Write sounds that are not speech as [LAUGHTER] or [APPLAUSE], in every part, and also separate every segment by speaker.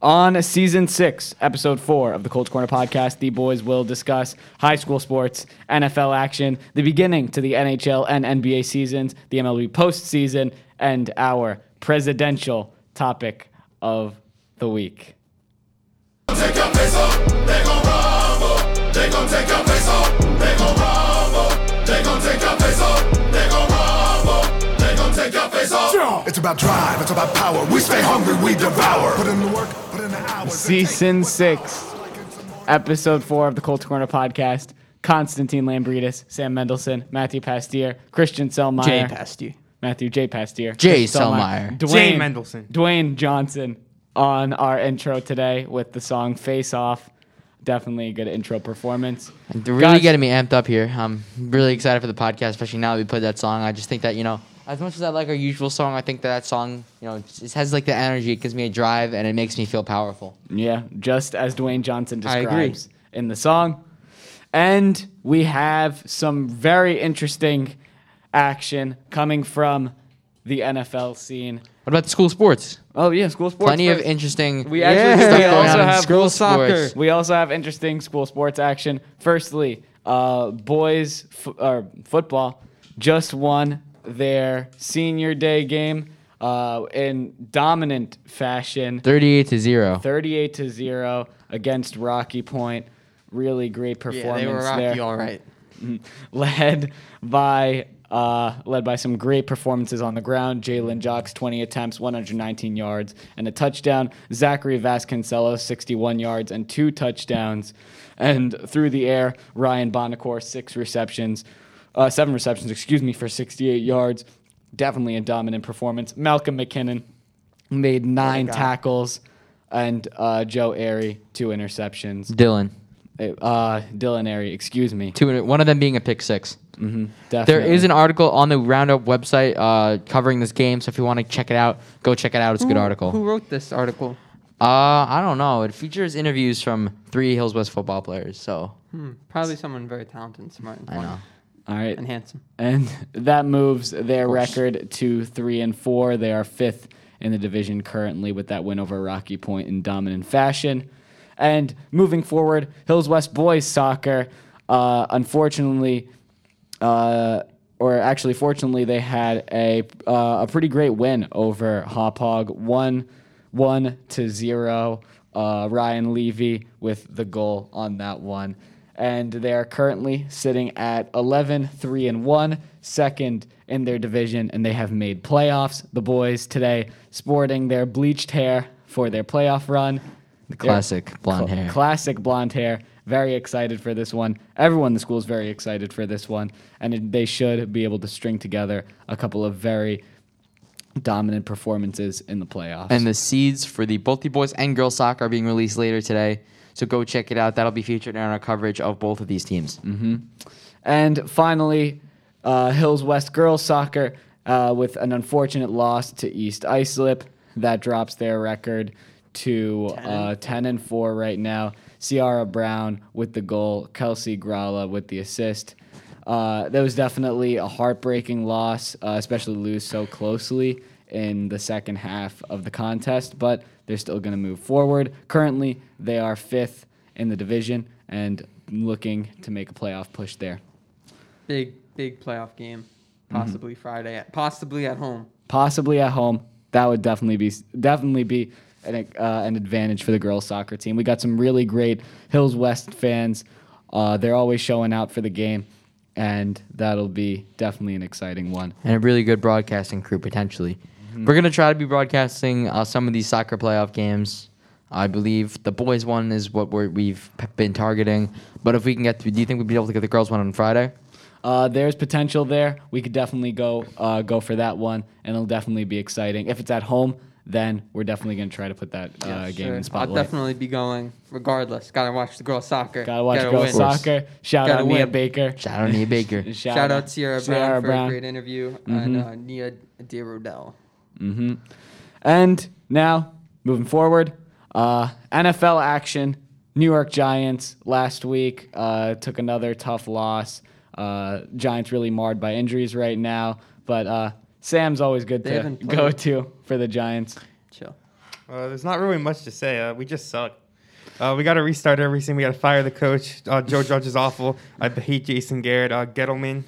Speaker 1: On season six, episode four of the Colts Corner podcast, the boys will discuss high school sports, NFL action, the beginning to the NHL and NBA seasons, the MLB postseason, and our presidential topic of the week.
Speaker 2: Take your face off, they gon' rumble. They gon' take your face off, they gon' rumble. They gon' take your face off, they gon' rumble. They gon' take your face off. It's about drive, it's about power. We stay hungry, we devour. Put in the work, put in the hours.
Speaker 1: Season six, episode four of the Colts Corner podcast. Constantine Lambridis, Sam Mendelson, Matthew Pastier, Christian Selmeyer,
Speaker 3: Jay passed you.
Speaker 1: Matthew J. Pastier,
Speaker 3: Jay
Speaker 1: Christian
Speaker 3: Selmayr.
Speaker 1: Dwayne,
Speaker 4: Jay Mendelson.
Speaker 1: Dwayne Johnson on our intro today with the song "Face Off." Definitely a good intro performance.
Speaker 3: They're really
Speaker 1: Guys-
Speaker 3: getting me amped up here. I'm really excited for the podcast, especially now that we played that song. I just think that, you know, as much as I like our usual song, I think that that song, you know, it has like the energy. It gives me a drive and it makes me feel powerful.
Speaker 1: Yeah, just as Dwayne Johnson
Speaker 3: I agree.
Speaker 1: describes in the song. And we have some very interesting action coming from the NFL scene.
Speaker 3: What about the school sports?
Speaker 1: Oh yeah, school sports.
Speaker 3: Plenty of
Speaker 1: first.
Speaker 3: interesting.
Speaker 1: We actually-
Speaker 3: stuff
Speaker 1: we
Speaker 3: going
Speaker 1: also
Speaker 3: on in
Speaker 1: have
Speaker 3: school
Speaker 4: girls soccer.
Speaker 3: sports.
Speaker 1: We also have interesting school sports action. Firstly, uh, boys f- or football just won their senior day game uh, in dominant fashion,
Speaker 3: 38 to 0.
Speaker 1: 38 to zero against Rocky Point. Really great
Speaker 3: Yeah,
Speaker 1: performance
Speaker 3: they were rocky,
Speaker 1: there,
Speaker 3: all right.
Speaker 1: led by. Uh, led by some great performances on the ground. Jalen Jocks, 20 attempts, 119 yards, and a touchdown. Zachary Vasconcelos, 61 yards, and two touchdowns. And through the air, Ryan Bonacore, six receptions, uh, seven receptions, excuse me, for 68 yards. Definitely a dominant performance. Malcolm McKinnon made nine tackles, and uh, Joe Airy, two interceptions
Speaker 3: Dylan.
Speaker 1: uh, Dylan Airy, excuse me.
Speaker 3: Two, one of them being a pick six. There
Speaker 1: Definitely.
Speaker 3: is an article on the Roundup website uh, covering this game, so if you want to check it out, go check it out. It's a good article.
Speaker 4: Who wrote this article?
Speaker 3: Uh, I don't know. It features interviews from three Hills West football players. So
Speaker 4: Hmm, probably someone very talented, and smart, and
Speaker 3: I know.
Speaker 4: funny,
Speaker 1: all right,
Speaker 4: and handsome.
Speaker 1: and that moves their
Speaker 3: course.
Speaker 1: record to three and four. They are fifth in the division currently with that win over Rocky Point in dominant fashion. And moving forward, Hills West boys soccer. Uh, unfortunately, uh, or actually, fortunately, they had a uh, a pretty great win over Hop Hog one one to zero. Uh, Ryan Levy with the goal on that one, and they are currently sitting at 11 3 and one, second in their division, and they have made playoffs. The boys today sporting their bleached hair for their playoff run. The
Speaker 3: classic blonde hair.
Speaker 1: Classic blonde hair. Very excited for this one. Everyone in the school is very excited for this one, and it- they should be able to string together a couple of very dominant performances in the playoffs.
Speaker 3: And the seeds for the both the boys and girls soccer are being released later today. So go check it out. That'll be featured in our coverage of both of these teams.
Speaker 1: And finally, uh, Hills West girls soccer uh, with an unfortunate loss to East Islip. That drops their record to uh, 10 and 4 right now. Ciara Brown with the goal, Kelsey Gralla with the assist. Uh, that was definitely a heartbreaking loss, uh, especially lose so closely in the second half of the contest, but they're still going to move forward. Currently, they are fifth in the division and looking to make a playoff push there.
Speaker 4: Big, big playoff game. Possibly
Speaker 1: Mm-hmm.
Speaker 4: Friday. At, possibly at home.
Speaker 1: Possibly at home, that would definitely be definitely be an, uh, an advantage for the girls soccer team. We got some really great Hills West fans. Uh, they're always showing out for the game, and that'll be definitely an exciting one.
Speaker 3: And a really good broadcasting crew potentially.
Speaker 4: Mm-hmm.
Speaker 3: We're gonna try to be broadcasting uh, some of these soccer playoff games. I believe the boys one is what we're, we've p- been targeting. But if we can get, to, do you think we'd be able to get the girls one on Friday?
Speaker 1: Uh, there's potential there. We could definitely go uh, go for that one, and it'll definitely be exciting. If it's at home, then we're definitely gonna try to put that uh, game
Speaker 4: Sure.
Speaker 1: in spotlight.
Speaker 4: I'll definitely be going regardless. Gotta watch the girls soccer.
Speaker 1: Gotta watch
Speaker 4: Gotta
Speaker 1: girls
Speaker 4: win.
Speaker 1: soccer. Shout
Speaker 4: Gotta
Speaker 1: out Mia
Speaker 4: win.
Speaker 1: Baker.
Speaker 3: Shout out Nia
Speaker 4: [LAUGHS]
Speaker 3: Baker.
Speaker 1: Shout,
Speaker 4: Shout out Sierra Brown
Speaker 1: Ciara
Speaker 4: for
Speaker 1: Brown. Mm-hmm.
Speaker 4: a great interview and uh, Nia De Rodell.
Speaker 1: And now, moving forward, uh, NFL action. New York Giants last week uh, took another tough loss. Uh, Giants really marred by injuries right now, but uh, Sam's always good
Speaker 4: They
Speaker 1: to
Speaker 4: haven't
Speaker 1: go
Speaker 4: played.
Speaker 1: to for the Giants.
Speaker 4: Chill.
Speaker 5: Uh, there's not really much to say. Uh, we just suck. Uh, we got to restart everything. We got to fire the coach. Uh, Joe Judge is awful. I hate Jason Garrett. Uh, Gettleman.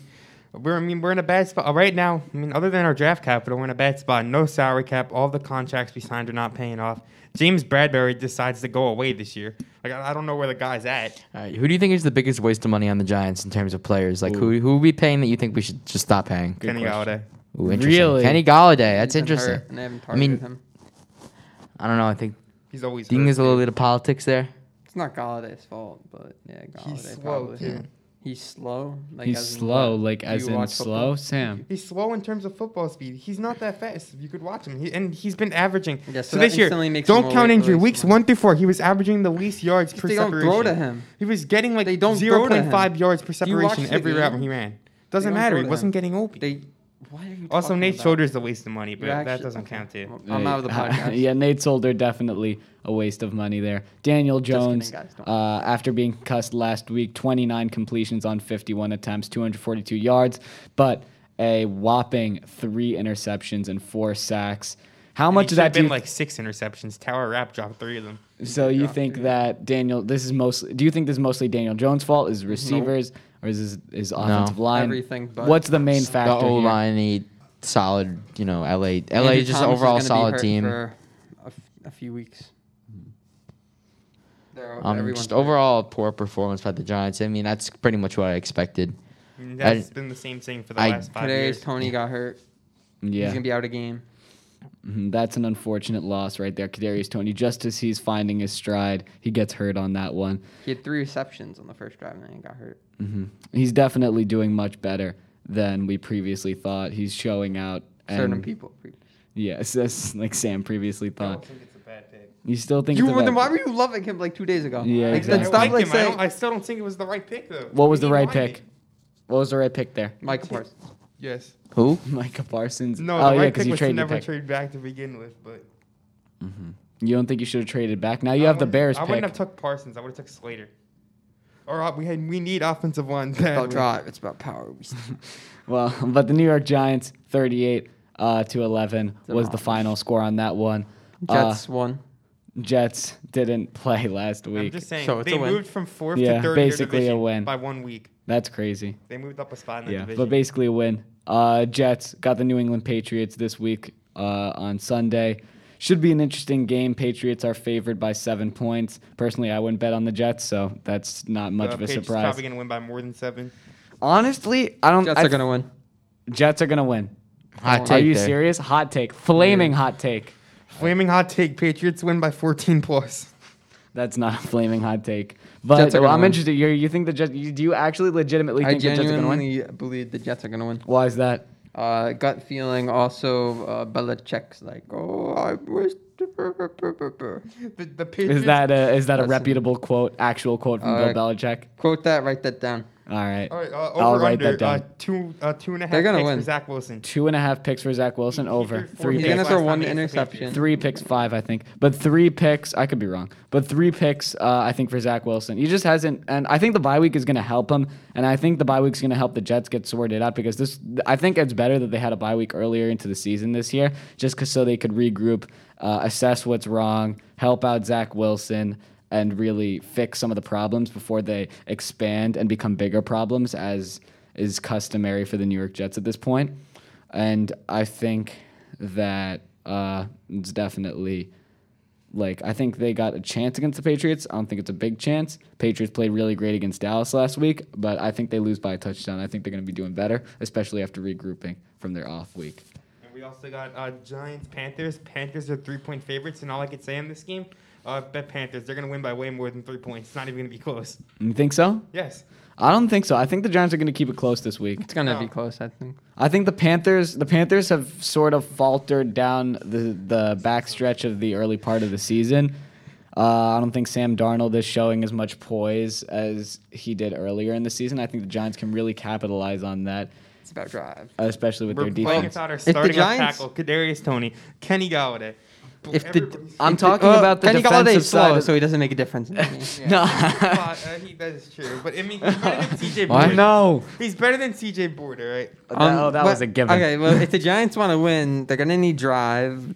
Speaker 5: We're, I mean, we're in a bad spot Uh, right now. I mean, other than our draft capital, we're in a bad spot. No salary cap. All the contracts we signed are not paying off. James Bradbury decides to go away this year. Like, I, I don't know where the guy's at.
Speaker 3: All right, who do you think is the biggest waste of money on the Giants in terms of players? Like, who who would be paying that you think we should just stop paying?
Speaker 5: Kenny Galladay.
Speaker 3: Ooh, interesting.
Speaker 1: Really?
Speaker 3: Kenny Galladay. That's
Speaker 4: He's been
Speaker 3: interesting.
Speaker 4: hurt, and they haven't
Speaker 3: I mean,
Speaker 4: targeted him.
Speaker 3: I don't know. I think
Speaker 5: He's
Speaker 3: I
Speaker 5: always.
Speaker 3: think
Speaker 5: hurt.
Speaker 3: there's a little bit of politics there.
Speaker 4: It's not Galladay's fault, but yeah, Galladay
Speaker 5: slow,
Speaker 4: probably.
Speaker 5: too. Yeah.
Speaker 4: He's slow. Like,
Speaker 1: He's
Speaker 4: as in
Speaker 1: slow,
Speaker 4: what?
Speaker 1: like
Speaker 4: Do
Speaker 1: as
Speaker 4: you
Speaker 1: in
Speaker 4: watch
Speaker 1: slow,
Speaker 4: football?
Speaker 1: Sam.
Speaker 5: He's slow in terms of football speed. He's not that fast. If You could watch him, he, and he's been averaging.
Speaker 4: Yeah,
Speaker 5: so
Speaker 4: so that
Speaker 5: this year,
Speaker 4: instantly makes him
Speaker 5: don't
Speaker 4: more
Speaker 5: count
Speaker 4: weight
Speaker 5: injury.
Speaker 4: release
Speaker 5: Weeks
Speaker 4: more.
Speaker 5: one through four, he was averaging the least yards per
Speaker 4: They don't
Speaker 5: separation.
Speaker 4: throw to him.
Speaker 5: He was getting like
Speaker 4: They don't
Speaker 5: zero
Speaker 4: throw to
Speaker 5: point
Speaker 4: him.
Speaker 5: five yards per
Speaker 4: Do you watch
Speaker 5: separation
Speaker 4: the
Speaker 5: every route
Speaker 4: game?
Speaker 5: he ran.
Speaker 4: They
Speaker 5: Doesn't
Speaker 4: don't
Speaker 5: matter.
Speaker 4: throw
Speaker 5: He
Speaker 4: to
Speaker 5: wasn't
Speaker 4: him.
Speaker 5: getting open.
Speaker 4: They. Why are you
Speaker 5: also,
Speaker 4: talking
Speaker 5: Nate
Speaker 4: about
Speaker 5: Shoulder's the waste of money, but
Speaker 4: You
Speaker 5: that
Speaker 4: actually-
Speaker 5: doesn't
Speaker 4: okay.
Speaker 5: count too.
Speaker 4: I'm out of the podcast.
Speaker 1: uh, yeah, [LAUGHS] Nate Solder definitely a waste of money there. Daniel
Speaker 4: kidding,
Speaker 1: Jones,
Speaker 4: guys, don't-
Speaker 1: uh, after being cussed last week, 29 completions on 51 attempts, 242 yards, but a whopping three interceptions and four sacks. How much
Speaker 5: he
Speaker 1: of that
Speaker 5: should've
Speaker 1: do
Speaker 5: been
Speaker 1: you
Speaker 5: like six interceptions. Tower Rap dropped three of them.
Speaker 1: So you think that Daniel? This is mostly. Do you think this is mostly Daniel Jones' fault? Is receivers or is his, his offensive line?
Speaker 4: Everything but-
Speaker 1: What's the main factor?
Speaker 3: the
Speaker 1: here?
Speaker 3: O line need solid. You know, LA LA
Speaker 4: Andrew
Speaker 3: is just
Speaker 4: Thomas is
Speaker 3: overall
Speaker 4: gonna be
Speaker 3: solid
Speaker 4: hurt
Speaker 3: team.
Speaker 4: For a, f- a few weeks. They're-
Speaker 3: Um,
Speaker 4: everyone's
Speaker 3: just
Speaker 4: hurt.
Speaker 3: overall poor performance by the Giants. I mean, that's pretty much what I expected.
Speaker 5: I mean, that's been the same thing for the
Speaker 3: I-
Speaker 5: last five
Speaker 4: Today,
Speaker 5: years.
Speaker 4: Tony got hurt.
Speaker 1: Yeah,
Speaker 4: He's gonna be out a game.
Speaker 1: Mhm, [LAUGHS] that's an unfortunate loss right there, Kadarius Tony. Just as he's finding his stride, he gets hurt on that one.
Speaker 4: He had three receptions on the first drive and then he got hurt.
Speaker 5: Mm-hmm.
Speaker 1: hmm He's definitely doing much better than we previously thought. He's showing out. And,
Speaker 4: Certain people.
Speaker 1: Yes, [LAUGHS] that's like Sam previously
Speaker 5: I don't
Speaker 1: thought.
Speaker 5: think it's a bad pick.
Speaker 1: You still think
Speaker 4: You
Speaker 1: it's a
Speaker 4: were,
Speaker 1: bad-
Speaker 4: then why were you loving him like two days ago?
Speaker 1: Yeah,
Speaker 4: like,
Speaker 1: exactly.
Speaker 4: then
Speaker 5: I
Speaker 4: stop
Speaker 5: like
Speaker 4: like
Speaker 5: him. I,
Speaker 4: saying
Speaker 5: don't- I still don't think it was the right pick though.
Speaker 1: What was
Speaker 5: We
Speaker 1: the
Speaker 5: need
Speaker 1: right
Speaker 5: linemen.
Speaker 1: pick? What was the right pick there? [LAUGHS]
Speaker 4: Michael Parsons.
Speaker 5: Yes.
Speaker 3: Who?
Speaker 1: Micah Parsons.
Speaker 5: No,
Speaker 1: oh
Speaker 5: the
Speaker 1: yeah,
Speaker 5: right
Speaker 1: because
Speaker 5: pick
Speaker 1: you
Speaker 5: was to
Speaker 1: traded your
Speaker 5: never
Speaker 1: pick.
Speaker 5: trade back to begin with, but.
Speaker 1: You don't think you should have traded back? Now you
Speaker 5: I
Speaker 1: have the
Speaker 5: wouldn't-
Speaker 1: Bears
Speaker 5: I
Speaker 1: pick.
Speaker 5: wouldn't have took Parsons. I would have took Slater. Or uh, we had we need offensive line.
Speaker 4: About
Speaker 5: badly.
Speaker 4: drive, it's about power. We still-
Speaker 1: well, [LAUGHS] but the New York Giants, 38 uh, to 11, was the
Speaker 4: Demolished.
Speaker 1: final score on that one.
Speaker 4: Jets won.
Speaker 1: Uh, Jets didn't [LAUGHS] play last
Speaker 5: I'm
Speaker 1: week.
Speaker 5: just saying
Speaker 4: So it's
Speaker 5: they
Speaker 4: a win.
Speaker 5: moved from fourth
Speaker 1: Yeah,
Speaker 5: to third in their
Speaker 1: basically a
Speaker 5: division
Speaker 1: win.
Speaker 5: by one week.
Speaker 1: That's crazy.
Speaker 5: They moved up a spot in the
Speaker 1: Yeah,
Speaker 5: division.
Speaker 1: but basically a win. Uh, Jets got the New England Patriots this week uh, on Sunday. Should be an interesting game. Patriots are favored by seven points. Personally, I wouldn't bet on the Jets, so that's not much
Speaker 5: The
Speaker 1: of a
Speaker 5: Uh, Patriots
Speaker 1: surprise. Uh,
Speaker 5: Probably gonna win by more than seven.
Speaker 1: Honestly, I don't.
Speaker 4: Jets
Speaker 1: I-
Speaker 4: are gonna win.
Speaker 1: Jets are gonna win.
Speaker 3: Hot
Speaker 1: Are
Speaker 3: take
Speaker 1: you
Speaker 3: there.
Speaker 1: serious? Hot take, flaming hot take.
Speaker 5: Flaming hot take: Patriots win by 14 plus.
Speaker 1: That's not a flaming hot take. But
Speaker 4: Jets are
Speaker 1: well,
Speaker 4: gonna
Speaker 1: I'm
Speaker 4: win.
Speaker 1: interested. You you think the Jets? You, do you actually legitimately
Speaker 4: I
Speaker 1: think the Jets are gonna win?
Speaker 4: genuinely believe the Jets are gonna win.
Speaker 1: Why is that?
Speaker 4: Uh, gut feeling. Also, uh, Belichick's like, oh, I wish. to-"
Speaker 5: The, the Patriots. [LAUGHS]
Speaker 1: Is that a is that a
Speaker 4: That's-
Speaker 1: reputable quote? Actual quote from
Speaker 4: Uh,
Speaker 1: Bill Belichick?
Speaker 4: Quote that. Write that down.
Speaker 1: All right.
Speaker 5: All right, uh, over
Speaker 1: I'll write
Speaker 5: under
Speaker 1: that down.
Speaker 5: Uh, two uh, two and a half
Speaker 4: They're gonna
Speaker 5: picks
Speaker 4: win.
Speaker 5: for Zach Wilson.
Speaker 1: Two and a half picks for Zach Wilson.
Speaker 5: He- he
Speaker 1: Over
Speaker 5: threw four
Speaker 1: three
Speaker 4: He's
Speaker 5: picks
Speaker 1: picks.
Speaker 4: gonna
Speaker 5: last
Speaker 4: throw
Speaker 5: time
Speaker 4: one
Speaker 5: against the
Speaker 4: interception.
Speaker 5: Patriots.
Speaker 1: Three picks, five, I think, but three picks. I could be wrong, but three picks. Uh, I think for Zach Wilson, he just hasn't, and I think the bye week is going to help him, and I think the bye week's going to help the Jets get sorted out because this. I think it's better that they had a bye week earlier into the season this year, just 'cause so they could regroup, uh, assess what's wrong, help out Zach Wilson, and really fix some of the problems before they expand and become bigger problems, as is customary for the New York Jets at this point. And I think that uh, it's definitely like I think they got a chance against the Patriots. I don't think it's a big chance. Patriots played really great against Dallas last week, but I think they lose by a touchdown. I think they're going to be doing better, especially after regrouping from their off week.
Speaker 5: And we also got uh, Giants, Panthers. Panthers are three point favorites, and all I could say in this game, uh, bet Panthers. They're gonna win by way more than three points. It's not even gonna be close.
Speaker 1: You think so?
Speaker 5: Yes.
Speaker 1: I don't think so. I think the Giants are going to keep it close this week.
Speaker 4: It's gonna be
Speaker 5: No.
Speaker 4: close. I think.
Speaker 1: I think the Panthers the Panthers have sort of faltered down the the backstretch of the early part of the season. Uh, I don't think Sam Darnold is showing as much poise as he did earlier in the season. I think the Giants can really capitalize on that,
Speaker 4: It's about drive.
Speaker 1: especially with
Speaker 5: We're
Speaker 1: their
Speaker 5: playing [LAUGHS]
Speaker 1: defense.
Speaker 5: without our
Speaker 4: the
Speaker 5: starting left
Speaker 4: Giants-
Speaker 5: tackle, Kadarius Tony, Kenny Galladay.
Speaker 4: If the-
Speaker 5: Everybody's-
Speaker 1: I'm
Speaker 4: If
Speaker 1: talking
Speaker 4: uh,
Speaker 1: about the
Speaker 4: Kenny Galladay
Speaker 1: defensive
Speaker 4: is slow,
Speaker 1: side. of-
Speaker 4: so he doesn't make a
Speaker 1: [LAUGHS]
Speaker 4: difference. In the game.
Speaker 5: [LAUGHS]
Speaker 1: no.
Speaker 5: Uh, he, that is true, but I mean, he's better than
Speaker 4: [LAUGHS]
Speaker 5: CJ
Speaker 3: Why?
Speaker 5: Board.
Speaker 1: no.
Speaker 5: He's better than CJ Board, all right?
Speaker 1: oh, that
Speaker 4: Um, but-
Speaker 1: was a given.
Speaker 4: Okay, well, if the Giants want to win, they're gonna need drive.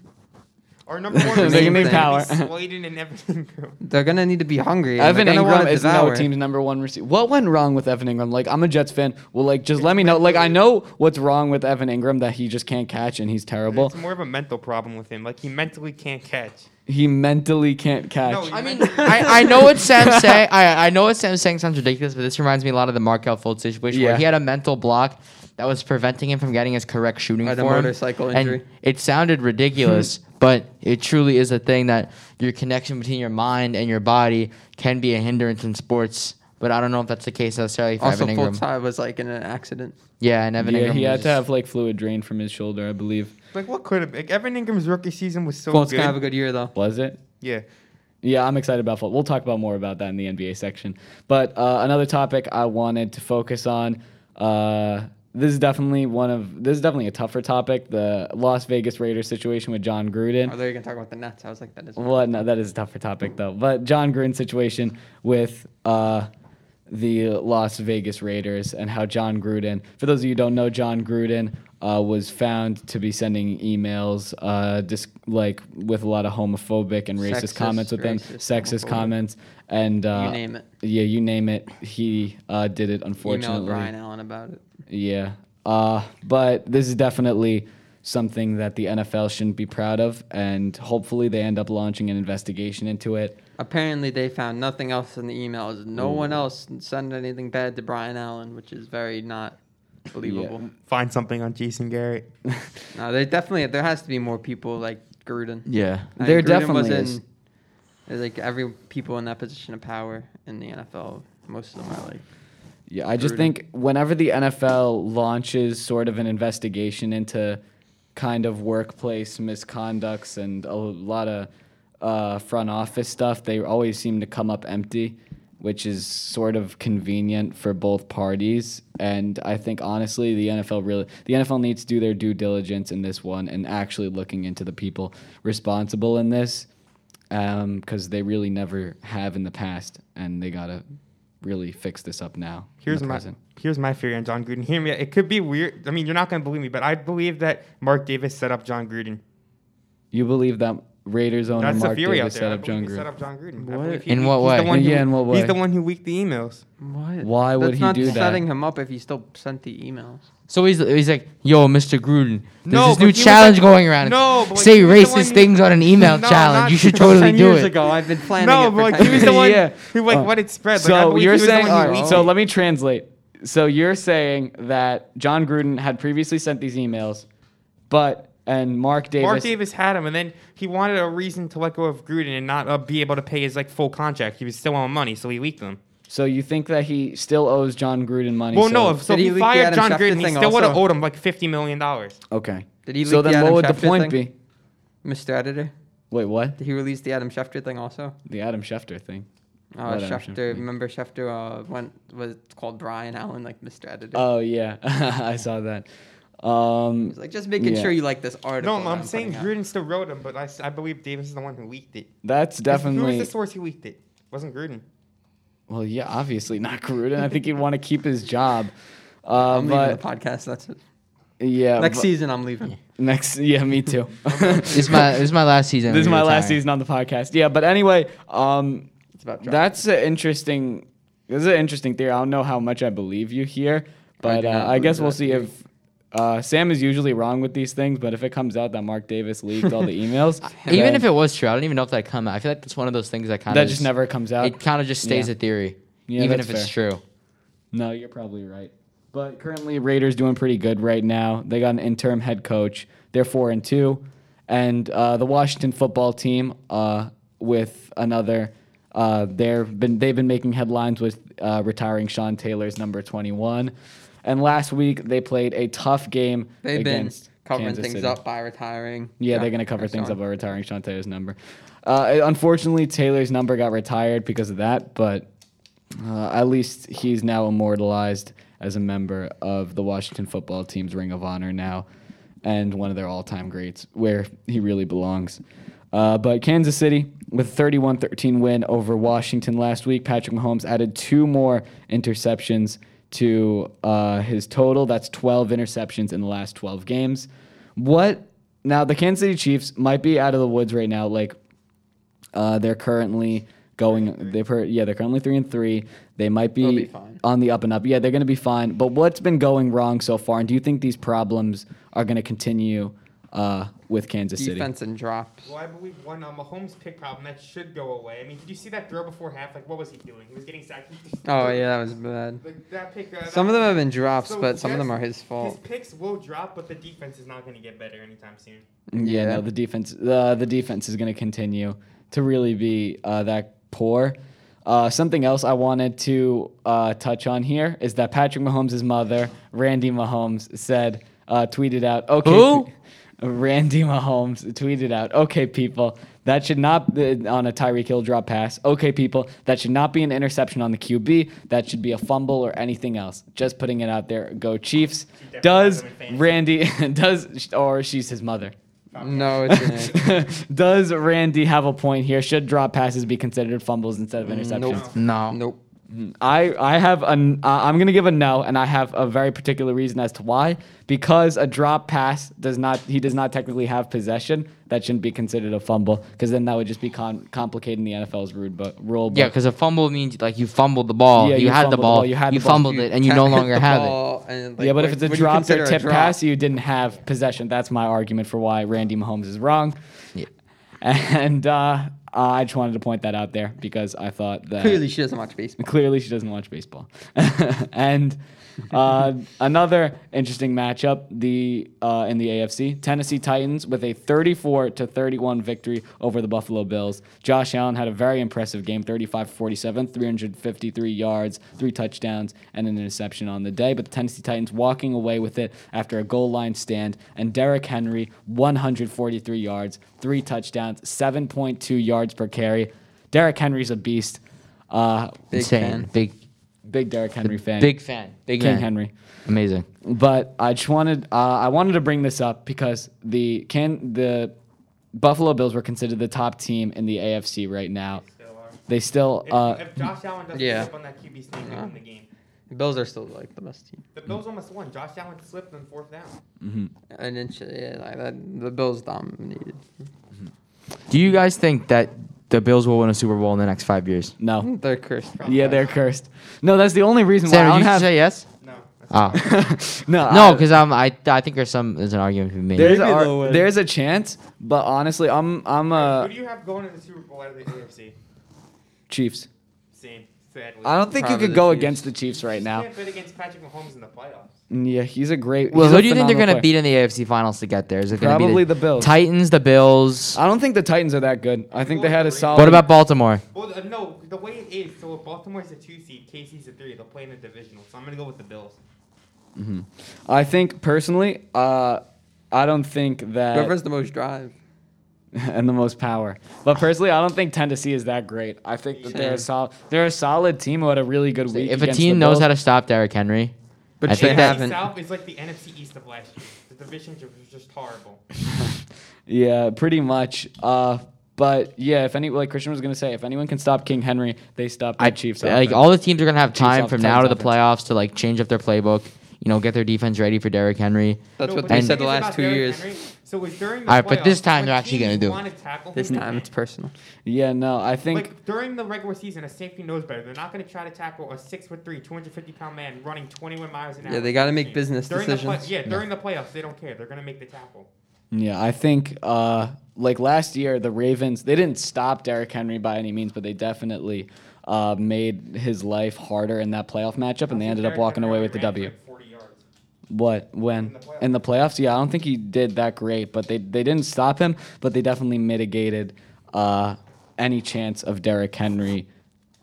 Speaker 4: [LAUGHS]
Speaker 5: Our number one
Speaker 4: They
Speaker 5: receiver
Speaker 4: need
Speaker 5: is gonna be
Speaker 1: power.
Speaker 5: Slayton and Evan Ingram.
Speaker 4: They're gonna need to be hungry. and they're
Speaker 1: Evan
Speaker 4: gonna
Speaker 1: Ingram
Speaker 4: wanna
Speaker 1: is now
Speaker 4: devour.
Speaker 1: a team's number one receiver. What went wrong with Evan Ingram? Like, I'm a Jets fan. Well, like, just let me know. Like, I know what's wrong with Evan Ingram that he just can't catch and he's terrible.
Speaker 5: It's more of a mental problem with him. Like he mentally can't catch.
Speaker 1: He mentally can't
Speaker 5: No,
Speaker 1: catch.
Speaker 5: he
Speaker 3: I mean,
Speaker 5: mentally-
Speaker 3: I, I know what Sam's saying. I, I know what Sam's saying sounds ridiculous, but this reminds me a lot of the Markel Fultz situation
Speaker 1: Yeah.
Speaker 3: where he had a mental block that was preventing him from getting his correct shooting
Speaker 4: Had a
Speaker 3: form.
Speaker 4: motorcycle
Speaker 3: and
Speaker 4: injury.
Speaker 3: it sounded ridiculous, but it truly is a thing that your connection between your mind and your body can be a hindrance in sports. But I don't know if that's the case necessarily for
Speaker 4: Also,
Speaker 3: Evan
Speaker 4: full
Speaker 3: Ingram.
Speaker 4: time was like in an accident.
Speaker 3: Yeah, and Evan
Speaker 1: yeah,
Speaker 3: Ingram.
Speaker 1: he
Speaker 3: was
Speaker 1: had
Speaker 3: just-
Speaker 1: to have like fluid drained from his shoulder, I believe.
Speaker 5: like what could have? Like, Evan Ingram's rookie season was so
Speaker 4: Fultz
Speaker 5: good.
Speaker 4: can have a good year though.
Speaker 1: Was it?
Speaker 5: yeah.
Speaker 1: Yeah, I'm excited about football. We'll talk about more about that in the NBA section. But uh, another topic I wanted to focus on. Uh, this is definitely one of this is definitely a tougher topic. The Las Vegas Raiders situation with John Gruden.
Speaker 4: Are they gonna talk about the Nets? I was like, that is.
Speaker 1: Well, no, that is a tougher topic though. But John Gruden situation with uh, the Las Vegas Raiders and how John Gruden. For those of you who don't know, John Gruden uh, was found to be sending emails, uh, dis- like with a lot of homophobic and racist
Speaker 4: Sexist,
Speaker 1: comments with them,
Speaker 4: racist,
Speaker 1: sexist
Speaker 4: homophobic.
Speaker 1: comments, and uh,
Speaker 4: name it.
Speaker 1: Yeah, you name it. He uh, did it. Unfortunately,
Speaker 4: Emailed Brian Allen about it.
Speaker 1: yeah. Uh, but this is definitely something that the NFL shouldn't be proud of, and hopefully they end up launching an investigation into it.
Speaker 4: Apparently, they found nothing else in the emails. No one else sent anything bad to Brian Allen, which is very not believable.
Speaker 5: Find something on Jason Garrett. [LAUGHS]
Speaker 4: No, they definitely there has to be more people like Gruden.
Speaker 3: Yeah.
Speaker 4: I mean,
Speaker 1: There
Speaker 4: Gruden
Speaker 1: definitely is.
Speaker 4: there's, like every people in that position of power in the NFL. Most of them are like
Speaker 1: Yeah, I just
Speaker 4: Gruden.
Speaker 1: think whenever the NFL launches sort of an investigation into kind of workplace misconducts and a lot of uh, front office stuff, they always seem to come up empty, which is sort of convenient for both parties. And I think honestly, the NFL really, the NFL needs to do their due diligence in this one and actually looking into the people responsible in this, because they really never have in the past, and they gotta really fix this up now. in
Speaker 5: Here's
Speaker 1: the
Speaker 5: my
Speaker 1: present.
Speaker 5: here's my theory on John Gruden. Hear me. out. It could be weird. I mean, you're not gonna believe me, but I believe that Mark Davis set up John Gruden.
Speaker 1: You believe that Raiders owner
Speaker 5: That's
Speaker 1: Mark
Speaker 5: the theory
Speaker 1: Davis
Speaker 5: out there.
Speaker 1: set
Speaker 5: I
Speaker 1: up John
Speaker 5: believe he
Speaker 1: Gruden.
Speaker 5: set up John Gruden. I
Speaker 4: What?
Speaker 5: believe he
Speaker 3: In
Speaker 5: leaked-
Speaker 3: what
Speaker 5: he's the
Speaker 3: way?
Speaker 5: one
Speaker 1: Yeah,
Speaker 5: who-
Speaker 1: in what
Speaker 5: He's the
Speaker 1: way?
Speaker 5: one who leaked the emails.
Speaker 4: what?
Speaker 1: Why would
Speaker 4: That's
Speaker 1: he
Speaker 4: not
Speaker 1: do that?
Speaker 4: Setting him up if he still sent the emails.
Speaker 3: So he's, he's like, yo, Mr. Gruden, there's
Speaker 5: No,
Speaker 3: this
Speaker 5: but
Speaker 3: new
Speaker 5: he was
Speaker 3: challenge
Speaker 5: like-
Speaker 3: going around. It's
Speaker 5: No, but like,
Speaker 3: say
Speaker 5: he was the one
Speaker 3: racist
Speaker 5: who-
Speaker 3: things on an email
Speaker 5: [LAUGHS] No,
Speaker 3: challenge.
Speaker 5: not-
Speaker 3: You should totally
Speaker 4: Ten
Speaker 3: do
Speaker 4: years
Speaker 3: it.
Speaker 4: ago, I've been planning.
Speaker 5: No,
Speaker 4: it for
Speaker 5: but like
Speaker 4: 10
Speaker 5: he was the
Speaker 4: years. [LAUGHS]
Speaker 5: one
Speaker 1: Yeah.
Speaker 5: who like
Speaker 1: Oh.
Speaker 5: what it spread. Like, I
Speaker 1: so
Speaker 5: believe
Speaker 1: you're
Speaker 5: he was the
Speaker 1: saying,
Speaker 5: one who
Speaker 1: all right,
Speaker 5: leaked
Speaker 1: so
Speaker 5: it.
Speaker 1: let me translate. So you're saying that John Gruden had previously sent these emails, but and Mark Davis.
Speaker 5: Mark Davis had him, and then he wanted a reason to let go of Gruden and not uh, be able to pay his like full contract. He was still on money, so he leaked them.
Speaker 1: So you think that he still owes John Gruden money?
Speaker 5: Well,
Speaker 1: so-
Speaker 5: no, if, so
Speaker 4: Did he
Speaker 5: if he,
Speaker 4: leak the
Speaker 5: fired
Speaker 4: Adam
Speaker 5: John
Speaker 4: Schefter
Speaker 5: Gruden, he
Speaker 4: thing
Speaker 5: still would have
Speaker 4: also?
Speaker 5: owed him like fifty million dollars.
Speaker 1: okay.
Speaker 4: Did he
Speaker 1: so
Speaker 4: leak the
Speaker 1: then
Speaker 4: Adam
Speaker 1: what would the
Speaker 4: Schefter
Speaker 1: point
Speaker 4: thing?
Speaker 1: be?
Speaker 4: Mr. Editor.
Speaker 1: Wait, what?
Speaker 4: Did he release the Adam Schefter thing also?
Speaker 1: The Adam Schefter thing.
Speaker 4: Uh,
Speaker 1: What Adam
Speaker 4: Schefter,
Speaker 1: Schefter?
Speaker 4: remember Schefter uh, went was called Brian Allen like Mr. Editor.
Speaker 1: Oh yeah, [LAUGHS] I saw that.
Speaker 4: He
Speaker 1: Um,
Speaker 4: was like just making
Speaker 1: yeah.
Speaker 4: sure you like this article.
Speaker 5: No,
Speaker 4: that
Speaker 5: I'm saying
Speaker 4: putting out."
Speaker 5: Gruden still wrote him, but I, s- I believe Davis is the one who leaked it.
Speaker 1: that's
Speaker 5: 'Cause Who
Speaker 1: definitely.
Speaker 5: was the source who leaked it? Wasn't Gruden.
Speaker 1: Well, yeah, obviously not Gruden. I think he'd want to keep his job. Uh,
Speaker 4: I'm leaving the
Speaker 1: but
Speaker 4: podcast. That's it.
Speaker 1: yeah,
Speaker 4: Next
Speaker 1: but-
Speaker 4: season, I'm leaving.
Speaker 1: Next, yeah, me
Speaker 4: [LAUGHS]
Speaker 1: too. [LAUGHS]
Speaker 3: This is my this is my last season.
Speaker 1: this is
Speaker 3: I'm
Speaker 1: my
Speaker 3: gonna
Speaker 1: last
Speaker 3: retire.
Speaker 1: season on the podcast. Yeah, but anyway, um,
Speaker 4: It's about drama.
Speaker 1: that's an interesting. This is an interesting theory. I don't know how much I believe you here, but
Speaker 4: do
Speaker 1: uh,
Speaker 4: not
Speaker 1: I guess
Speaker 4: believe
Speaker 1: we'll
Speaker 4: that
Speaker 1: see if uh, Sam is usually wrong with these things. But if it comes out that Mark Davis leaked
Speaker 4: [LAUGHS]
Speaker 1: all the emails,
Speaker 3: Even
Speaker 1: then
Speaker 3: if it was true, I don't even know if that come out. I feel like that's one of those things that kind of
Speaker 1: that just never comes out,
Speaker 3: It kind of just stays
Speaker 1: Yeah.
Speaker 3: a theory,
Speaker 1: Yeah,
Speaker 3: even
Speaker 1: that's
Speaker 3: if it's true.
Speaker 1: No, you're probably right. But currently, Raiders doing pretty good right now. They got an interim head coach. They're four and two, and uh, the Washington football team uh, with another. Uh, they've been they've been making headlines with uh, retiring Sean Taylor's number twenty one, and last week they played a tough game
Speaker 4: They've been
Speaker 1: against
Speaker 4: covering
Speaker 1: Kansas
Speaker 4: things
Speaker 1: City.
Speaker 4: up by retiring.
Speaker 1: Yeah, they're going to cover
Speaker 4: I'm
Speaker 1: things
Speaker 4: sorry.
Speaker 1: up by retiring Sean Taylor's number. Uh, unfortunately, Taylor's number got retired because of that, but uh, at least he's now immortalized as a member of the Washington football team's Ring of Honor now and one of their all time greats where he really belongs. Uh, but Kansas City with 31 13 win over Washington last week. Patrick Mahomes added two more interceptions to uh, his total. That's 12 interceptions in the last 12 games. What Now the Kansas City Chiefs might be out of the woods right now. Like uh, they're currently going. They've heard, yeah, they're currently three and three. They might be,
Speaker 4: be fine.
Speaker 1: on the up and up. Yeah, they're going to be fine. But what's been going wrong so far? And do you think these problems are going to continue uh, with Kansas
Speaker 4: Defense and drops.
Speaker 5: Well, I believe one um, Mahomes pick problem that should go away. I mean, did you see that throw before half? Like, what was he doing? He was getting sacked. He just-
Speaker 4: Oh yeah, that was bad.
Speaker 5: Like, that pick, uh,
Speaker 4: Some of them have been drops,
Speaker 5: So
Speaker 4: but some of
Speaker 5: Jets-
Speaker 4: them are his fault.
Speaker 5: His picks will drop, but the defense is not going to get better anytime soon.
Speaker 1: City? Yeah, no, the defense. Uh, the defense is going to continue to really be uh, that poor. Uh, something else I wanted to uh, touch on here is that Patrick Mahomes' mother, Randy Mahomes, said, uh, tweeted out, "Okay,
Speaker 3: Who?
Speaker 1: pe- [LAUGHS] Randy Mahomes tweeted out, "Okay, people, that should not be on a Tyreek Hill drop pass. Okay, people, that should not be an interception on the QB. That should be a fumble or anything else. Just putting it out there. Go Chiefs.
Speaker 5: definitely
Speaker 1: Does
Speaker 5: has him in fantasy.
Speaker 1: Randy? [LAUGHS] Does or she's his mother?
Speaker 4: No, it's an eight.
Speaker 1: [LAUGHS] does Randy have a point here? Should drop passes be considered fumbles instead of interceptions?
Speaker 3: No.
Speaker 4: nope.
Speaker 1: I I have an uh, I'm gonna give a no, and I have a very particular reason as to why. Because a drop pass does not he does not technically have possession. That shouldn't be considered a fumble, because then that would just be con- complicating the NFL's rude book, rule book.
Speaker 3: Yeah, because a fumble means like you fumbled the ball.
Speaker 1: Yeah,
Speaker 3: you,
Speaker 1: you
Speaker 3: had the
Speaker 1: fumbled the
Speaker 3: ball.
Speaker 1: ball, you had the ball.
Speaker 3: fumbled it, and you
Speaker 1: [LAUGHS]
Speaker 3: no longer have it.
Speaker 1: Yeah, but if it's a drop or tip pass, you didn't have possession. That's my argument for why Randy Mahomes is wrong.
Speaker 3: Yeah.
Speaker 1: [LAUGHS] And uh, I just wanted to point that out there because I thought that
Speaker 4: clearly she doesn't watch baseball.
Speaker 1: Clearly, she doesn't watch baseball. [LAUGHS] and uh, another interesting matchup the uh, in the AFC: Tennessee Titans with a 34 to 31 victory over the Buffalo Bills. Josh Allen had a very impressive game: 35 for 47, 353 yards, three touchdowns, and an interception on the day. But the Tennessee Titans walking away with it after a goal line stand, and Derrick Henry 143 yards, three touchdowns, 7.2 yards per carry. Derrick Henry's a beast. Uh,
Speaker 4: Big
Speaker 3: Insane.
Speaker 4: fan.
Speaker 3: Big,
Speaker 1: big Derrick Henry fan.
Speaker 3: big fan. Big
Speaker 1: King
Speaker 3: man.
Speaker 1: Henry.
Speaker 3: Amazing.
Speaker 1: But I just wanted uh, I wanted to bring this up because the can the Buffalo Bills were considered the top team in the AFC right now.
Speaker 5: Still are.
Speaker 1: They still
Speaker 5: If,
Speaker 1: uh,
Speaker 5: if Josh Allen doesn't
Speaker 4: yeah.
Speaker 5: slip on that QB sneak, they win the game.
Speaker 4: The Bills are still like the best team.
Speaker 5: The Bills almost won. Josh Allen slipped on fourth down.
Speaker 4: And then she, yeah, like that, the Bills dominated.
Speaker 3: Do you guys think that the Bills will win a Super Bowl in the next five years?
Speaker 1: no.
Speaker 4: [LAUGHS] They're cursed.
Speaker 1: Yeah, they're cursed. No, that's the only reason why
Speaker 3: Sam,
Speaker 1: I
Speaker 3: did
Speaker 1: don't
Speaker 3: you
Speaker 1: have
Speaker 3: say yes?
Speaker 5: No. that's
Speaker 3: Ah.
Speaker 1: no.
Speaker 3: [LAUGHS] no,
Speaker 1: I-
Speaker 3: because um, I I think there's some there's an argument to be made.
Speaker 1: there's
Speaker 4: Maybe
Speaker 1: a,
Speaker 4: they'll win.
Speaker 1: there's a chance, but honestly, I'm I'm
Speaker 5: not-
Speaker 1: uh,
Speaker 5: Who do you have going to the Super Bowl out of the AFC?
Speaker 1: Chiefs.
Speaker 5: Same. Sadly.
Speaker 1: I don't think
Speaker 4: Probably
Speaker 1: you could
Speaker 4: the
Speaker 1: go
Speaker 4: Chiefs.
Speaker 1: against the Chiefs right
Speaker 5: You
Speaker 1: now.
Speaker 5: can't bet against Patrick Mahomes in the playoffs.
Speaker 1: Yeah, he's a great.
Speaker 3: well,
Speaker 1: he's a
Speaker 3: who do you think they're
Speaker 1: phenomenal
Speaker 3: going to
Speaker 1: player.
Speaker 3: beat in the AFC Finals to get there? Is it going to be
Speaker 1: Probably the Bills. Uh,
Speaker 3: Titans, the Bills?
Speaker 1: I don't think the Titans are that good. I think they had a
Speaker 5: What
Speaker 1: solid.
Speaker 3: What about Baltimore?
Speaker 5: Well, uh, no, the way it is, so if Baltimore's a two seed, KC's a three. They'll play in the divisional. So I'm going to go with the Bills.
Speaker 1: I think personally, uh, I don't think that
Speaker 4: Whoever's the most drive.
Speaker 1: [LAUGHS] and the most power. But personally, I don't think Tennessee is that great. I think that they're a solid. They're a solid team who had a really good week.
Speaker 3: If a
Speaker 1: against the
Speaker 3: team knows
Speaker 1: Bills.
Speaker 3: how to stop Derrick Henry,
Speaker 4: But
Speaker 3: I
Speaker 4: they
Speaker 3: think
Speaker 5: NFC
Speaker 3: that
Speaker 4: haven't.
Speaker 5: South is like the NFC East of last year. The division was just horrible.
Speaker 1: yeah, pretty much. Uh, but yeah, if any, like Christian was gonna say, if anyone can stop King Henry, they stop the
Speaker 3: I,
Speaker 1: Chiefs.
Speaker 3: like
Speaker 1: offense.
Speaker 3: all the teams are gonna have time
Speaker 1: off-
Speaker 3: from now to
Speaker 1: Titans
Speaker 3: the
Speaker 1: offense.
Speaker 3: playoffs to like change up their playbook. You know, get their defense ready for Derrick Henry.
Speaker 4: That's
Speaker 5: No,
Speaker 4: what
Speaker 5: but
Speaker 4: they
Speaker 5: thing
Speaker 4: said the
Speaker 5: is
Speaker 4: last
Speaker 5: about
Speaker 4: two
Speaker 5: Derrick
Speaker 4: years.
Speaker 5: Henry, so it was during the
Speaker 3: All right, but this
Speaker 5: playoffs,
Speaker 3: time
Speaker 5: when
Speaker 3: they're actually
Speaker 5: teams
Speaker 3: gonna do it.
Speaker 5: wanna tackle him,
Speaker 4: This
Speaker 5: they
Speaker 4: time
Speaker 5: did.
Speaker 3: [LAUGHS]
Speaker 4: it's personal.
Speaker 1: yeah, no, I think
Speaker 5: Like during the regular season, a safety knows better. They're not going to try to tackle a six foot three, two hundred fifty pound man running twenty one miles an hour.
Speaker 4: Yeah, they gotta make business
Speaker 5: during the play-
Speaker 4: decisions.
Speaker 5: yeah, during the playoffs, they don't care. They're going to make the tackle.
Speaker 1: Yeah, I think uh, like last year the Ravens they didn't stop Derrick Henry by any means, but they definitely uh, made his life harder in that playoff matchup, and they ended up
Speaker 5: Derrick
Speaker 1: walking
Speaker 5: Henry
Speaker 1: away with the
Speaker 5: ran for
Speaker 1: W.
Speaker 5: like 40 yards.
Speaker 1: What when
Speaker 5: the playoffs.
Speaker 1: in the playoffs? Yeah, I don't think he did that great, but they they didn't stop him, but they definitely mitigated uh, any chance of Derrick Henry.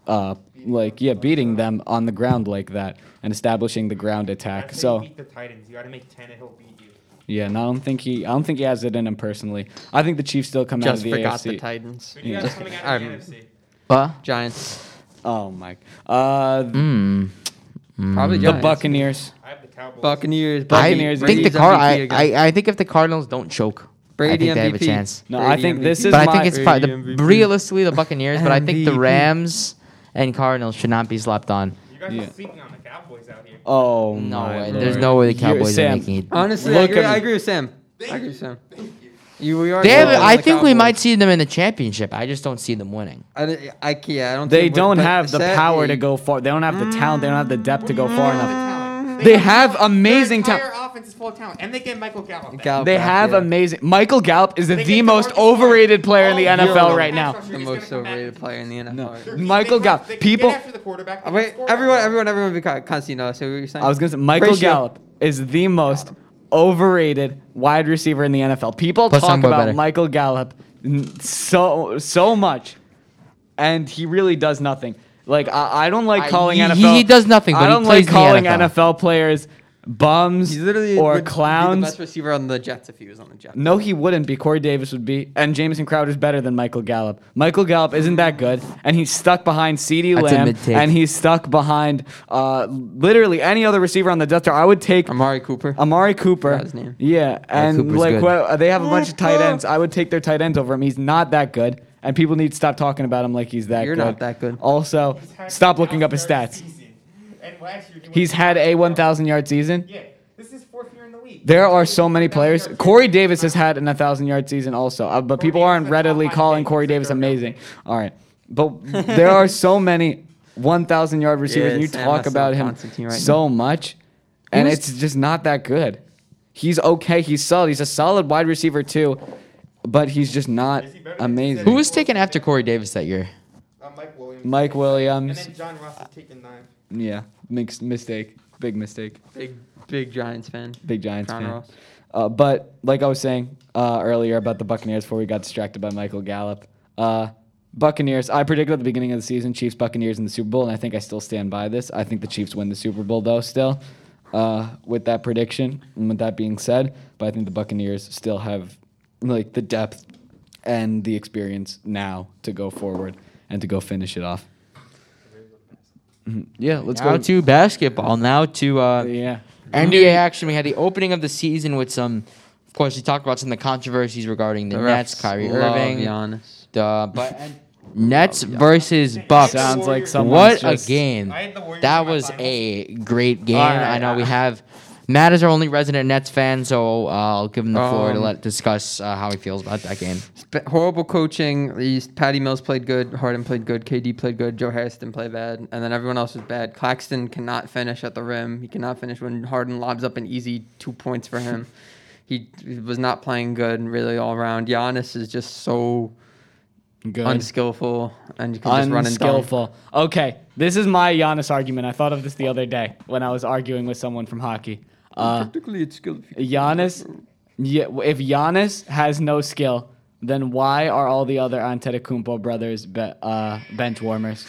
Speaker 1: Uh, like yeah, beating them on the ground like that and establishing the ground attack.
Speaker 5: That's
Speaker 1: So
Speaker 5: how you beat the Titans. You got to make ten, and he'll beat you.
Speaker 1: yeah, no, I don't think he, I don't think he has it in him personally. I think the Chiefs still come out of
Speaker 4: Just
Speaker 1: the
Speaker 4: forgot
Speaker 1: AFC.
Speaker 4: the Titans.
Speaker 5: Who do you have
Speaker 4: Just
Speaker 5: coming
Speaker 4: kidding.
Speaker 5: out of the
Speaker 4: Um,
Speaker 5: NFC?
Speaker 3: But
Speaker 4: Giants.
Speaker 1: Oh my! Uh,
Speaker 3: Mm-hmm. Hmm.
Speaker 4: Probably
Speaker 1: The
Speaker 4: Giants.
Speaker 1: Buccaneers.
Speaker 5: I have the Cowboys.
Speaker 4: Buccaneers.
Speaker 1: Buccaneers,
Speaker 3: I think the
Speaker 4: Brady's
Speaker 3: Car-
Speaker 4: MVP
Speaker 3: I,
Speaker 4: again.
Speaker 3: I, I think if the Cardinals don't choke, I
Speaker 4: Brady
Speaker 3: think they have a
Speaker 4: MVP.
Speaker 3: chance.
Speaker 1: No,
Speaker 4: Brady
Speaker 1: I think this
Speaker 4: MVP.
Speaker 1: is
Speaker 3: But I
Speaker 1: my-
Speaker 3: think it's probably
Speaker 4: Brady
Speaker 3: the,
Speaker 4: MVP.
Speaker 3: realistically the Buccaneers. But I think the
Speaker 4: MVP.
Speaker 3: Rams and Cardinals should not be slapped on.
Speaker 5: You guys
Speaker 1: Yeah.
Speaker 5: are sleeping on the Cowboys out here.
Speaker 1: Oh
Speaker 3: No
Speaker 1: my
Speaker 3: way.
Speaker 1: lord.
Speaker 3: There's no way the
Speaker 1: You-
Speaker 3: Cowboys are
Speaker 1: Sam,
Speaker 3: making it.
Speaker 4: Honestly, I
Speaker 1: Look
Speaker 4: agree,
Speaker 1: at-
Speaker 4: I agree with Sam. I agree with Sam. You, we are
Speaker 3: They have,
Speaker 4: going
Speaker 3: I
Speaker 4: the
Speaker 3: think we
Speaker 4: Cowboys.
Speaker 3: might see them in the championship. I just don't see them winning.
Speaker 4: I, don't- I, can't- yeah, I don't.
Speaker 1: They
Speaker 4: think we-
Speaker 1: don't
Speaker 4: but
Speaker 1: have the
Speaker 4: sadly-
Speaker 1: power to go far. They don't have the talent. They don't have the depth to go far enough.
Speaker 5: talent.
Speaker 1: They have amazing
Speaker 5: Their
Speaker 1: talent.
Speaker 5: entire offense is full of talent, and they get Michael Gallup. back.
Speaker 3: Mm.
Speaker 4: Gallup
Speaker 1: They
Speaker 4: back,
Speaker 1: have
Speaker 4: yeah.
Speaker 1: amazing. Michael Gallup is the,
Speaker 5: They get
Speaker 1: the most
Speaker 5: Demarcus Lawrence.
Speaker 1: overrated player in the
Speaker 5: Oh, you're
Speaker 1: NFL
Speaker 4: a-
Speaker 1: right now.
Speaker 4: the most overrated player in the NFL. right now.
Speaker 5: They're- they
Speaker 1: Michael
Speaker 5: can-
Speaker 1: Gallup.
Speaker 5: they can
Speaker 1: People-
Speaker 5: Get after the quarterback. they
Speaker 4: Uh,
Speaker 5: can
Speaker 4: Wait,
Speaker 5: score
Speaker 4: everyone,
Speaker 5: down.
Speaker 4: everyone, everyone, be quiet. Constantino, so what were you saying?
Speaker 1: I was gonna say Michael
Speaker 4: Ratio.
Speaker 1: Gallup is the most overrated wide receiver in the NFL. People
Speaker 3: Plus
Speaker 1: talk
Speaker 3: Samba
Speaker 1: about
Speaker 3: better.
Speaker 1: Michael Gallup n- so so much, and he really does nothing. Like I, I don't like
Speaker 3: I-
Speaker 1: calling
Speaker 3: he-
Speaker 1: NFL.
Speaker 3: he does nothing,
Speaker 1: I
Speaker 3: but he
Speaker 1: don't
Speaker 3: plays
Speaker 1: like
Speaker 3: in the
Speaker 1: calling
Speaker 3: NFL.
Speaker 1: NFL. players bums
Speaker 4: He's literally
Speaker 1: or
Speaker 4: would be The
Speaker 1: clowns.
Speaker 4: best receiver on the Jets if he was on the Jets.
Speaker 1: No, he wouldn't be. Corey Davis would be, and Jameson Crowder's better than Michael Gallup. Michael Gallup isn't that good, and he's stuck behind Ceedee
Speaker 3: That's a
Speaker 1: Lamb,
Speaker 3: mid-take.
Speaker 1: and he's stuck behind uh, literally any other receiver on the depth chart. I would take
Speaker 4: Amari Cooper.
Speaker 1: Amari Cooper.
Speaker 4: Forgot his name.
Speaker 1: Yeah, and
Speaker 3: Cooper's
Speaker 1: like
Speaker 3: good.
Speaker 1: well, they have a bunch of tight ends. I would take their tight ends over him. He's not that good, and people need to stop talking about him like he's that
Speaker 4: You're
Speaker 1: good.
Speaker 4: not that good.
Speaker 1: Also,
Speaker 5: He's had
Speaker 1: stop looking up his
Speaker 5: 1,000
Speaker 1: stats.
Speaker 5: season. And last year he
Speaker 1: He's
Speaker 5: went-
Speaker 1: had a 1,000 yard season.
Speaker 5: Yeah, this is fourth year in the league.
Speaker 1: There are so many players. Corey
Speaker 5: Corey
Speaker 1: Davis has had an 1,000 yard season also, uh, but people
Speaker 5: Davis
Speaker 1: aren't
Speaker 5: is a top
Speaker 1: readily
Speaker 5: five
Speaker 1: calling
Speaker 5: pick.
Speaker 1: Corey
Speaker 5: He's a
Speaker 1: Davis
Speaker 5: third round
Speaker 1: amazing. All right. But there are so many 1,000 yard receivers, and you
Speaker 4: Sam
Speaker 1: talk
Speaker 4: Hessel,
Speaker 1: about him
Speaker 4: Constantine right
Speaker 1: so much, and
Speaker 3: was-
Speaker 1: it's just not that good. He's okay. He's solid. He's a solid wide receiver, too, but he's just not
Speaker 5: Is he better than
Speaker 1: amazing.
Speaker 5: Who
Speaker 3: Who
Speaker 5: was
Speaker 3: was
Speaker 5: taken
Speaker 3: taken
Speaker 5: after
Speaker 3: after Corey Davis that year?
Speaker 5: Uh, Mike Williams.
Speaker 1: Mike
Speaker 5: And
Speaker 1: Williams.
Speaker 5: then John Ross is taking nine.
Speaker 1: Yeah. Mixed mistake. Big mistake.
Speaker 4: Big, big Giants fan.
Speaker 1: Big Giants
Speaker 4: John
Speaker 1: fan.
Speaker 4: Ross.
Speaker 1: Uh, but like I was saying uh, earlier about the Buccaneers before we got distracted by Michael Gallup. Uh, Buccaneers, I predicted at the beginning of the season Chiefs Buccaneers in the Super Bowl, and I think I still stand by this. I think the Chiefs win the Super Bowl, though, still, uh, with that prediction and with that being said. But I think the Buccaneers still have like the depth and the experience now to go forward and to go finish it off. Mhm. Yeah, let's
Speaker 3: now
Speaker 1: go.
Speaker 3: to basketball. Now to uh,
Speaker 1: yeah.
Speaker 3: NBA action. We had the opening of the season with some. Of course, we talked about some of the controversies regarding the,
Speaker 4: The
Speaker 3: Nets,
Speaker 4: refs
Speaker 3: Kyrie
Speaker 4: love
Speaker 3: Irving,
Speaker 4: Giannis. [LAUGHS]
Speaker 3: the uh, but Nets versus Bucks.
Speaker 1: Sounds like someone's
Speaker 3: What a
Speaker 1: just-
Speaker 3: game!
Speaker 5: I had the Warriors
Speaker 3: That
Speaker 5: in my
Speaker 3: was
Speaker 5: finals.
Speaker 3: a great game.
Speaker 1: Alright,
Speaker 3: I know
Speaker 5: [LAUGHS]
Speaker 3: we
Speaker 1: I-
Speaker 3: have. Matt is our only resident Nets fan, so uh, I'll give him the floor to
Speaker 4: Um,
Speaker 3: let discuss uh, how he feels about that game.
Speaker 4: Sp- horrible coaching. These Patty Mills played good. Harden played good. KD played good. Joe Harris didn't play bad. And then everyone else was bad. Claxton cannot finish at the rim. He cannot finish when Harden lobs up an easy two points for
Speaker 1: [LAUGHS]
Speaker 4: him. he, he was not playing good really all around. Giannis is just so
Speaker 1: Good.
Speaker 4: unskillful and you can just run and dunk.
Speaker 1: Unskillful. Okay, this is my Giannis argument. I thought of this the other day when I was arguing with someone from hockey. Uh,
Speaker 4: Particularly it's skillful.
Speaker 1: Giannis, yeah, if Giannis has no skill, then why are all the other Antetokounmpo brothers be, uh, bench warmers?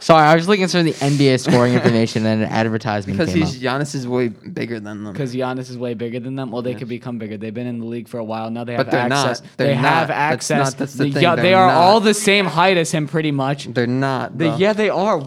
Speaker 3: Sorry, I was looking through the NBA
Speaker 4: [LAUGHS]
Speaker 3: scoring information and an advertisement
Speaker 4: Because
Speaker 3: came
Speaker 4: he's Giannis is way bigger than them.
Speaker 1: Because Giannis is way bigger than them. Well, they could become bigger. They've been in the league for a while now. They have
Speaker 4: But they're not.
Speaker 1: access.
Speaker 4: They're
Speaker 1: they have
Speaker 4: not. That's
Speaker 1: access.
Speaker 4: not- that's the thing.
Speaker 1: yeah, they
Speaker 4: They're
Speaker 1: are
Speaker 4: not.
Speaker 1: all the same height as him, pretty much.
Speaker 4: They're not.
Speaker 1: The,
Speaker 4: though.
Speaker 1: yeah, they are.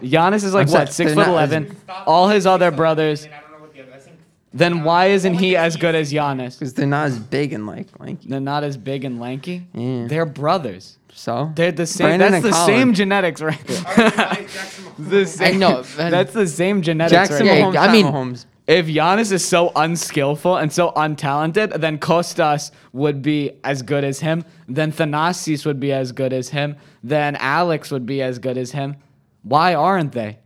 Speaker 1: Giannis is like what
Speaker 4: I'm sorry,
Speaker 1: six
Speaker 4: they're
Speaker 1: foot
Speaker 4: not-
Speaker 1: eleven.
Speaker 5: Stop.
Speaker 1: All his other
Speaker 5: Stop.
Speaker 1: brothers.
Speaker 5: And I don't know what the other. I think [LAUGHS]
Speaker 1: Then why isn't he as good as Giannis?
Speaker 4: 'Cause they're not as big and like lanky.
Speaker 1: They're not as big and lanky.
Speaker 4: Yeah.
Speaker 1: They're brothers.
Speaker 4: So
Speaker 1: They're the same.
Speaker 4: Brandon
Speaker 1: that's
Speaker 4: and
Speaker 1: the
Speaker 4: Colin.
Speaker 1: same genetics, right?
Speaker 5: Alright, Jackson
Speaker 1: [LAUGHS]
Speaker 5: Mahomes.
Speaker 1: the same, [LAUGHS]
Speaker 3: know, man.
Speaker 1: That's the same genetics.
Speaker 4: Jackson
Speaker 1: right?
Speaker 3: Yeah,
Speaker 4: Mahomes.
Speaker 3: I
Speaker 4: not
Speaker 3: mean-
Speaker 4: Mahomes.
Speaker 1: If Giannis is so unskillful and so untalented, then Kostas would be as good as him. Then Thanasis would be as good as him. Then Alex would be as good as him. Why aren't they?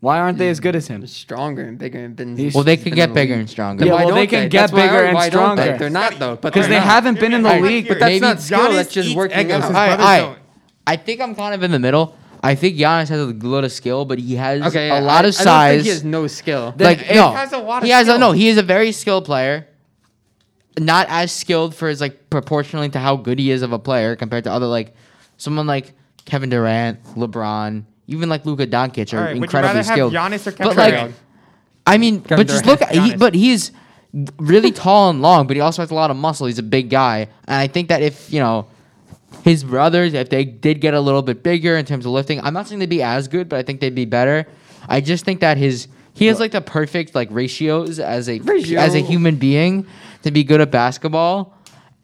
Speaker 1: Why aren't they as good as him?
Speaker 4: stronger and bigger and been.
Speaker 1: He's-
Speaker 3: Well, they
Speaker 4: been
Speaker 3: could
Speaker 4: in
Speaker 3: get
Speaker 4: the
Speaker 3: bigger
Speaker 4: league.
Speaker 3: and stronger.
Speaker 1: Yeah,
Speaker 4: Why
Speaker 1: well, they
Speaker 4: don't
Speaker 1: can get
Speaker 4: That's why I-
Speaker 1: bigger and
Speaker 4: why don't they?
Speaker 1: stronger.
Speaker 4: They're not though, but
Speaker 1: 'Cause
Speaker 4: they're
Speaker 1: they
Speaker 4: not.
Speaker 1: haven't been in the
Speaker 5: Alright,
Speaker 1: league, but
Speaker 5: Giannis
Speaker 4: that's not skill, that's just
Speaker 5: eats
Speaker 4: working out.
Speaker 5: egos, his
Speaker 3: All right,
Speaker 5: brothers
Speaker 3: all right.
Speaker 5: don't.
Speaker 3: I think I'm kind of in the middle. I think Giannis has a lot of skill, but he has
Speaker 4: Okay,
Speaker 3: a lot
Speaker 4: I,
Speaker 3: of
Speaker 4: I
Speaker 3: size.
Speaker 4: don't think he has no skill.
Speaker 3: like
Speaker 1: Then
Speaker 3: no,
Speaker 1: he
Speaker 5: has a lot of
Speaker 3: he has a,
Speaker 5: skill.
Speaker 3: no. He is a very skilled player, not as skilled for his like proportionally to how good he is of a player compared to other like someone like Kevin Durant, LeBron, even like Luka Doncic are
Speaker 5: All right, would you
Speaker 3: incredibly
Speaker 5: rather have
Speaker 3: skilled.
Speaker 5: Giannis or
Speaker 3: but
Speaker 5: Kevin
Speaker 3: like,
Speaker 5: Durant?
Speaker 3: I mean, but just look.
Speaker 5: Durant,
Speaker 3: At, he,
Speaker 5: Giannis.
Speaker 3: but he's really tall and long, but he also has a lot of muscle. He's a big guy, and I think that if you know. His brothers, if they did get a little bit bigger in terms of lifting, I'm not saying they'd be as good, but I think they'd be better. I just think that his he has like the perfect like ratios as a
Speaker 4: Ratio.
Speaker 3: as a human being to be good at basketball,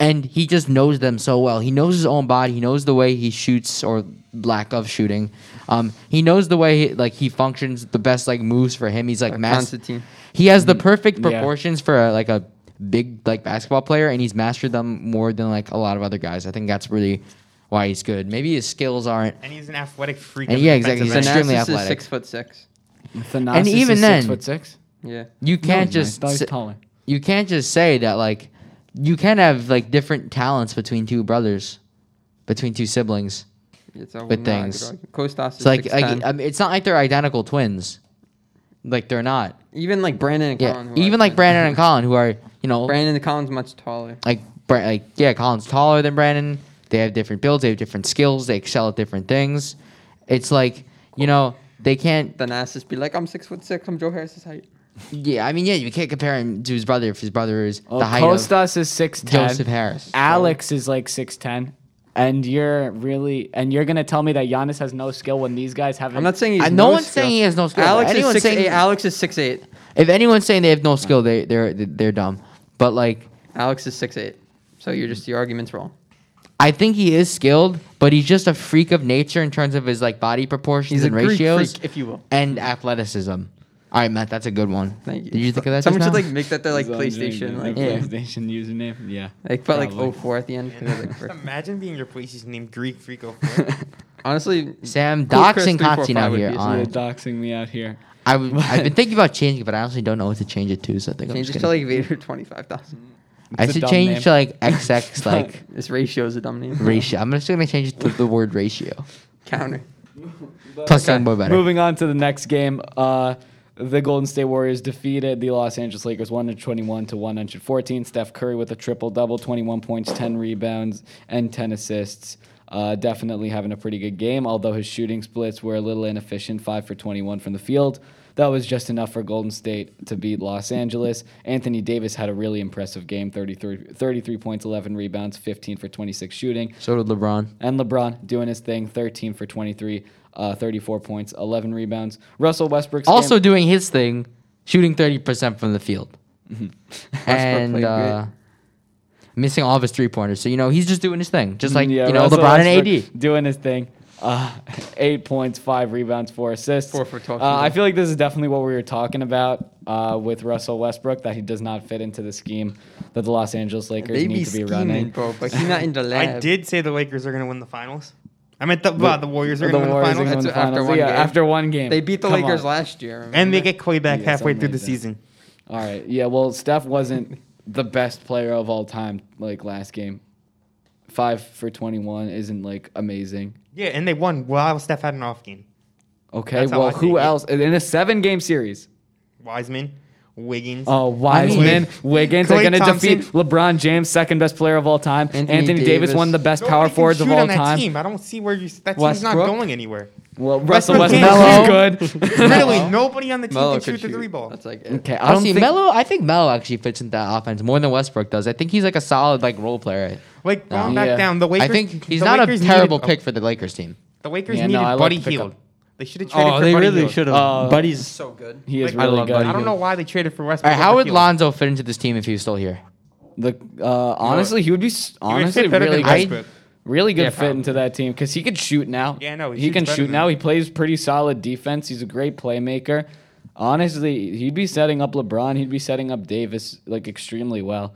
Speaker 3: and he just knows them so well. He knows his own body. He knows the way he shoots or lack of shooting. Um, he knows the way he, like he functions. The best like moves for him. He's like mass.
Speaker 4: Constantine.
Speaker 3: He has the perfect
Speaker 1: Yeah.
Speaker 3: proportions for a, like a big like basketball player, and he's mastered them more than like a lot of other guys. I think that's really why he's good. Maybe his skills aren't.
Speaker 5: And he's an athletic freak.
Speaker 3: And
Speaker 5: on the
Speaker 3: yeah, exactly,
Speaker 5: defensive
Speaker 3: he's
Speaker 5: end.
Speaker 3: an extremely
Speaker 4: Thanasis is
Speaker 3: athletic.
Speaker 4: six foot six.
Speaker 1: Thanasis
Speaker 3: And even
Speaker 1: is
Speaker 3: then-
Speaker 1: six foot six.
Speaker 4: Yeah.
Speaker 3: You can't
Speaker 1: he's nice.
Speaker 3: just
Speaker 1: No, he's
Speaker 3: sa-
Speaker 1: taller.
Speaker 3: You can't just say that like you can have like different talents between two brothers, between two siblings.
Speaker 4: It's a
Speaker 3: But things-
Speaker 4: Kostas is
Speaker 3: It's like,
Speaker 4: six
Speaker 3: like
Speaker 4: ten.
Speaker 3: I mean, it's not like they're identical twins. Like they're not.
Speaker 4: even like Brandon and
Speaker 3: Yeah.
Speaker 4: Colin. who I
Speaker 3: Even like
Speaker 4: said-
Speaker 3: Brandon
Speaker 4: [LAUGHS]
Speaker 3: and Colin, who are you know
Speaker 4: Brandon and Colin's much taller.
Speaker 3: like Bra- like yeah, Colin's taller than Brandon. They have different builds. They have different skills. They excel at different things. It's like you know they can't.
Speaker 4: Thanasis be like, I'm six foot six. I'm Joe Harris's height.
Speaker 3: Yeah, I mean yeah, you can't compare him to his brother if his brother is
Speaker 1: Well,
Speaker 3: the height of
Speaker 1: Kostas is six ten.
Speaker 3: Joseph Harris.
Speaker 1: Alex is like six ten. And you're really and you're gonna tell me that Giannis has no skill when these guys haven't.
Speaker 4: I'm not saying he's
Speaker 3: Uh, no one's saying he has no skill, but
Speaker 4: Alex is
Speaker 3: anyone's
Speaker 4: six
Speaker 3: saying-
Speaker 4: eight. Alex is six eight.
Speaker 3: If anyone's saying they have no skill, they they're they're dumb. But like
Speaker 4: Alex is six eight. So you're just your argument's wrong.
Speaker 3: I think he is skilled, but he's just a freak of nature in terms of his like body proportions
Speaker 4: He's a
Speaker 3: and
Speaker 4: Greek
Speaker 3: ratios,
Speaker 4: freak, if you will.
Speaker 3: and athleticism. All right, Matt, that's a good one.
Speaker 4: Thank you.
Speaker 3: Did you think of that?
Speaker 4: Someone
Speaker 3: just
Speaker 4: should
Speaker 3: now?
Speaker 4: like make that their like
Speaker 1: He's on
Speaker 4: PlayStation
Speaker 1: Dream,
Speaker 4: like
Speaker 1: the
Speaker 3: Yeah.
Speaker 1: PlayStation username. Yeah.
Speaker 4: like oh, but like
Speaker 1: Probably.
Speaker 4: 04 at the end. 'cause they're, like,
Speaker 5: Just
Speaker 4: for-
Speaker 5: [LAUGHS] imagine being your PlayStation named Greek Freak over there.
Speaker 4: Honestly,
Speaker 3: Sam
Speaker 4: Cool Chris
Speaker 3: doxing
Speaker 4: 345
Speaker 3: Kotzi out
Speaker 4: would
Speaker 3: here.
Speaker 4: be-
Speaker 1: You're
Speaker 3: On
Speaker 1: doxing me out here.
Speaker 3: I w- I've been thinking about changing, it, but I honestly don't know what to change it to. So I think I'm
Speaker 4: change
Speaker 3: just
Speaker 4: it
Speaker 3: gonna,
Speaker 4: to like Vader twenty five thousand.
Speaker 3: I
Speaker 1: It's a
Speaker 3: should
Speaker 1: dumb
Speaker 3: change
Speaker 1: name.
Speaker 3: to like XX like
Speaker 4: This ratio is a dumb name.
Speaker 3: ratio. I'm just gonna change it to the word ratio.
Speaker 4: Counter.
Speaker 3: Plus, sound more better.
Speaker 1: Moving on to the next game. Uh, the Golden State Warriors defeated the Los Angeles Lakers 121 to 114. Steph Curry with a triple double, 21 points, 10 rebounds, and 10 assists. Uh, definitely having a pretty good game, although his shooting splits were a little inefficient, 5 for 21 from the field. That was just enough for Golden State to beat Los Angeles. Anthony Davis had a really impressive game 33, 33 points, 11 rebounds, 15 for 26 shooting.
Speaker 3: So did LeBron.
Speaker 1: And LeBron doing his thing, 13 for 23, uh, 34 points, 11 rebounds. Russell Westbrook's
Speaker 3: Also
Speaker 1: game-
Speaker 3: doing his thing, shooting thirty percent from the field, [LAUGHS] and
Speaker 4: played
Speaker 3: uh, missing all of his three pointers. So you know he's just doing his thing, just like
Speaker 1: Mm, Yeah,
Speaker 3: you know
Speaker 1: Russell
Speaker 3: LeBron and AD.
Speaker 1: Westbrook doing his thing. Uh, [LAUGHS] eight points, five rebounds, four assists.
Speaker 4: Four for 12
Speaker 1: Uh,
Speaker 4: from
Speaker 1: I
Speaker 4: the-
Speaker 1: feel like this is definitely what we were talking about uh, with Russell Westbrook that he does not fit into the scheme that the Los Angeles Lakers
Speaker 4: They be
Speaker 1: need to be
Speaker 4: scheming,
Speaker 1: running.
Speaker 4: bro, but he's not in the lab.
Speaker 5: I did say the Lakers are going to win the finals. I meant the, wow, the Warriors are
Speaker 1: The
Speaker 5: going to win the
Speaker 1: Warriors are
Speaker 5: finals.
Speaker 1: gonna win the
Speaker 4: That's after
Speaker 1: finals.
Speaker 4: one
Speaker 1: yeah,
Speaker 4: game.
Speaker 1: after one game.
Speaker 4: They beat the
Speaker 1: Come
Speaker 4: Lakers
Speaker 1: on.
Speaker 4: last year. remember?
Speaker 5: and they get Clay back
Speaker 1: Yeah,
Speaker 5: halfway
Speaker 1: something
Speaker 5: through
Speaker 1: like
Speaker 5: the
Speaker 1: that.
Speaker 5: season.
Speaker 1: All right. Yeah. Well, Steph wasn't the best player of all time. Like last game, five for twenty-one isn't like amazing.
Speaker 5: Yeah, and they won while Steph had an off game.
Speaker 1: Okay.
Speaker 5: That's how
Speaker 1: well,
Speaker 5: I
Speaker 1: who
Speaker 5: think it-
Speaker 1: else in a seven-game series?
Speaker 5: Wiseman, Wiggins.
Speaker 1: Oh, Wiseman, Wiggins are
Speaker 5: Klay
Speaker 1: going to
Speaker 5: Thompson.
Speaker 1: defeat LeBron James, second best player of all time. Anthony,
Speaker 4: Anthony
Speaker 1: Davis.
Speaker 4: Davis.
Speaker 1: one of the best
Speaker 5: Nobody
Speaker 1: power
Speaker 5: can
Speaker 1: forwards of
Speaker 5: shoot
Speaker 1: all
Speaker 5: on that
Speaker 1: time.
Speaker 5: Team. I don't see where you. That team's not
Speaker 4: Westbrook.
Speaker 5: going anywhere.
Speaker 1: Well, Russell
Speaker 5: Westbrook
Speaker 1: Westbrook is
Speaker 3: can't
Speaker 5: [LAUGHS]
Speaker 1: good.
Speaker 5: Really, nobody on the team
Speaker 4: Melo
Speaker 5: can
Speaker 4: could
Speaker 5: shoot the three ball.
Speaker 4: That's like it.
Speaker 1: okay. I don't
Speaker 3: Honestly,
Speaker 1: think.
Speaker 3: Melo, I think Melo actually fits into that offense more than Westbrook does. I think he's like a solid like role player.
Speaker 5: Like going back
Speaker 1: Yeah.
Speaker 5: down, the Lakers.
Speaker 3: I think he's
Speaker 5: the
Speaker 3: not
Speaker 5: Lakers
Speaker 3: a terrible
Speaker 5: needed,
Speaker 3: pick for the Lakers team.
Speaker 5: The Lakers
Speaker 1: Yeah, no,
Speaker 5: needed
Speaker 1: I like
Speaker 5: Buddy
Speaker 1: the pickup.
Speaker 5: Heald. Oh, They should have
Speaker 4: Oh,
Speaker 5: traded for Buddy Hield.
Speaker 4: have.
Speaker 1: Uh,
Speaker 4: Buddy's so good.
Speaker 1: he is
Speaker 5: Like, I
Speaker 1: really
Speaker 5: love
Speaker 1: good.
Speaker 5: Buddy I don't know why they traded for Westbrook.
Speaker 3: All right, how
Speaker 5: over
Speaker 3: would
Speaker 5: Hield.
Speaker 3: Lonzo fit into this team if he was still here?
Speaker 1: The uh, honestly, he would be s- honestly
Speaker 5: fit better
Speaker 1: really
Speaker 5: than
Speaker 1: good,
Speaker 5: Westbrook.
Speaker 1: really good
Speaker 5: Yeah,
Speaker 1: fit
Speaker 5: probably.
Speaker 1: into that team because he could shoot now.
Speaker 5: Yeah, no, he
Speaker 1: he, can
Speaker 5: shoots better
Speaker 1: shoot
Speaker 5: than
Speaker 1: now.
Speaker 5: that.
Speaker 1: He plays pretty solid defense. He's a great playmaker. Honestly, he'd be setting up LeBron. He'd be setting up Davis like extremely well.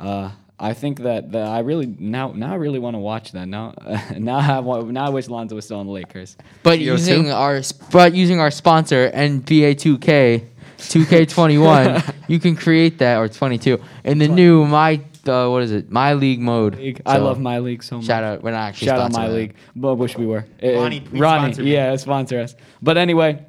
Speaker 1: Uh, I think that, that I really now now I really want to watch that now. [LAUGHS] now I want, now I wish Lonzo was still on the Lakers.
Speaker 3: But
Speaker 4: Yo,
Speaker 3: using
Speaker 4: too.
Speaker 3: our but using our sponsor NBA 2K,
Speaker 1: [LAUGHS]
Speaker 3: 2K21, you can create that or 22 in the new my uh, what is it my league mode.
Speaker 1: I
Speaker 3: So,
Speaker 1: love my league so much.
Speaker 3: shout out. We're not actually
Speaker 1: Shout out
Speaker 3: sponsored
Speaker 1: my
Speaker 3: by them.
Speaker 1: league. But wish we were. Uh,
Speaker 5: Ronnie, please
Speaker 1: Ronnie,
Speaker 5: sponsor me.
Speaker 1: yeah, sponsor us. But anyway,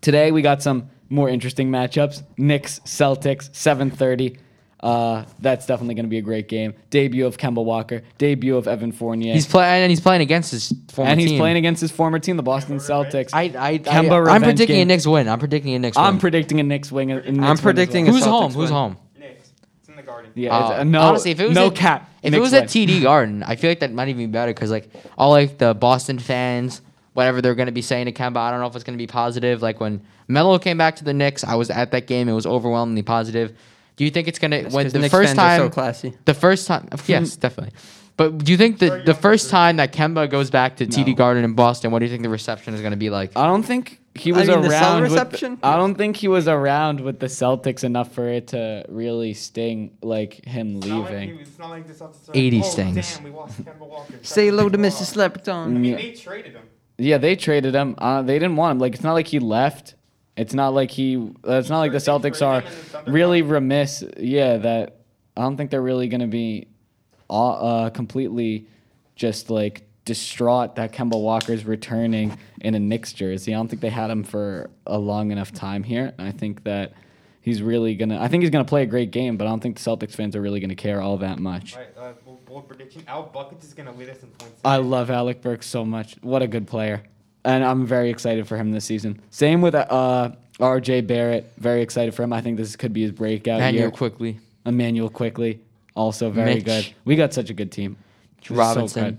Speaker 1: today we got some more interesting matchups. Knicks, Celtics, 7:30. Uh, that's definitely going to be a great game. Debut of Kemba Walker. Debut of Evan Fournier.
Speaker 3: He's playing and he's playing against his former
Speaker 1: and he's
Speaker 3: team.
Speaker 1: playing against his former team, the Boston Celtics.
Speaker 3: I, I,
Speaker 1: Kemba
Speaker 3: I, am
Speaker 1: revenge
Speaker 3: predicting a
Speaker 1: game.
Speaker 3: Knicks win. I'm predicting a Knicks win.
Speaker 1: am predicting a Knicks wing. A, a Knicks win
Speaker 4: I'm
Speaker 1: as
Speaker 4: predicting
Speaker 1: well.
Speaker 4: a
Speaker 3: Who's
Speaker 4: Celtics
Speaker 3: home? Who's
Speaker 4: win.
Speaker 3: home?
Speaker 5: Knicks. It's in the Garden.
Speaker 1: Yeah, it's-
Speaker 3: Uh,
Speaker 1: uh, no,
Speaker 3: honestly, if it was
Speaker 1: no
Speaker 3: at,
Speaker 1: cap.
Speaker 3: if it
Speaker 1: Knicks
Speaker 3: was
Speaker 1: win.
Speaker 3: at TD Garden, I feel like that might even be better because like all like the Boston fans, whatever they're gonna be saying to Kemba, I don't know if it's gonna be positive. Like when Melo came back to the Knicks, I was at that game; it was overwhelmingly positive. Do you think it's gonna when
Speaker 4: 'cause
Speaker 3: the
Speaker 4: Knicks
Speaker 3: first
Speaker 4: fans are
Speaker 3: time?
Speaker 4: so classy.
Speaker 3: The first time,
Speaker 1: Hmm.
Speaker 3: yes, definitely. But do you think that the first time that Kemba goes back to TD
Speaker 1: No.
Speaker 4: Uh,
Speaker 3: Garden in Boston, what do you think the reception is gonna be like?
Speaker 1: I don't think he
Speaker 4: I
Speaker 1: was
Speaker 4: mean, the cell
Speaker 1: around. with the-
Speaker 4: reception?
Speaker 1: I don't think he was around with the Celtics enough for it to really sting like him leaving.
Speaker 5: It's not like this officer.
Speaker 3: 80
Speaker 5: oh,
Speaker 3: stings.
Speaker 5: Damn, we lost Kemba Walker.
Speaker 4: Say hello to Mr.
Speaker 3: Mm.
Speaker 5: Mrs.
Speaker 4: Slepiton.
Speaker 1: Yeah.
Speaker 5: They traded him.
Speaker 1: Yeah, they traded him. Uh, they didn't want him. Like it's not like he left. It's not like he. Uh, it's not like the
Speaker 5: They traded
Speaker 1: Celtics
Speaker 5: him
Speaker 1: are
Speaker 5: and the Thunder
Speaker 1: really remiss. Yeah, that I don't think they're really gonna be, all, uh, completely, just like distraught that Kemba Walker's returning in a Knicks jersey. I don't think they had him for a long enough time here. And I think that he's really gonna. I think he's gonna play a great game, but I don't think the Celtics fans are really gonna care all that much.
Speaker 5: All right, uh, bold- bold prediction. Al Buckets is going to lead us in points.
Speaker 1: I love Alec Burks so much. What a good player. And I'm very excited for him this season. Same with uh, RJ Barrett. Very excited for him. I think this could be his breakout
Speaker 3: Manuel
Speaker 1: year.
Speaker 3: quickly.
Speaker 1: Emmanuel quickly. Also very
Speaker 3: Mitch.
Speaker 1: good. We got such a good team. This is so
Speaker 3: Robinson.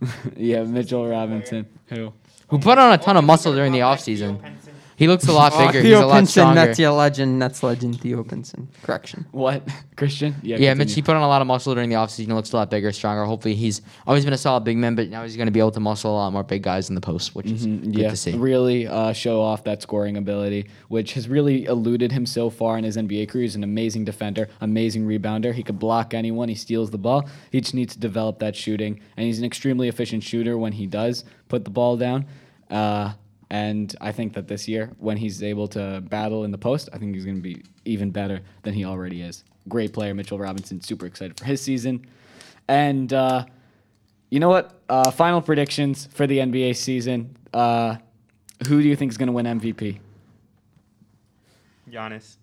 Speaker 1: good. [LAUGHS] yeah, Mitchell Robinson. Who?
Speaker 3: Who put on a ton of muscle during the offseason. He looks a
Speaker 1: [LAUGHS]
Speaker 3: lot bigger. He's a
Speaker 4: Theo
Speaker 3: lot
Speaker 4: Pinson,
Speaker 3: stronger.
Speaker 4: Nets legend, Nets legend Theo Pinson. Correction.
Speaker 1: What? [LAUGHS] Christian? Yeah,
Speaker 3: Yeah,
Speaker 1: continue.
Speaker 3: Mitch, he put on a lot of muscle during the offseason. Looks a lot bigger, stronger. Hopefully, he's always been a solid big man, but now he's going to be able to muscle a lot more big guys in the post, which is
Speaker 1: Mm,
Speaker 3: good
Speaker 1: yeah,
Speaker 3: to see.
Speaker 1: really uh, show off that scoring ability, which has really eluded him so far in his NBA career. He's an amazing defender, amazing rebounder. He could block anyone. He steals the ball. He just needs to develop that shooting, and he's an extremely efficient shooter when he does put the ball down. Uh, and I think that this year, when he's able to battle in the post, I think he's going to be even better than he already is. Great player, Mitchell Robinson. Super excited for his season, and. Uh, you know what? Uh, final predictions for the NBA season. Uh, who do you think is going to win MVP?
Speaker 5: Giannis.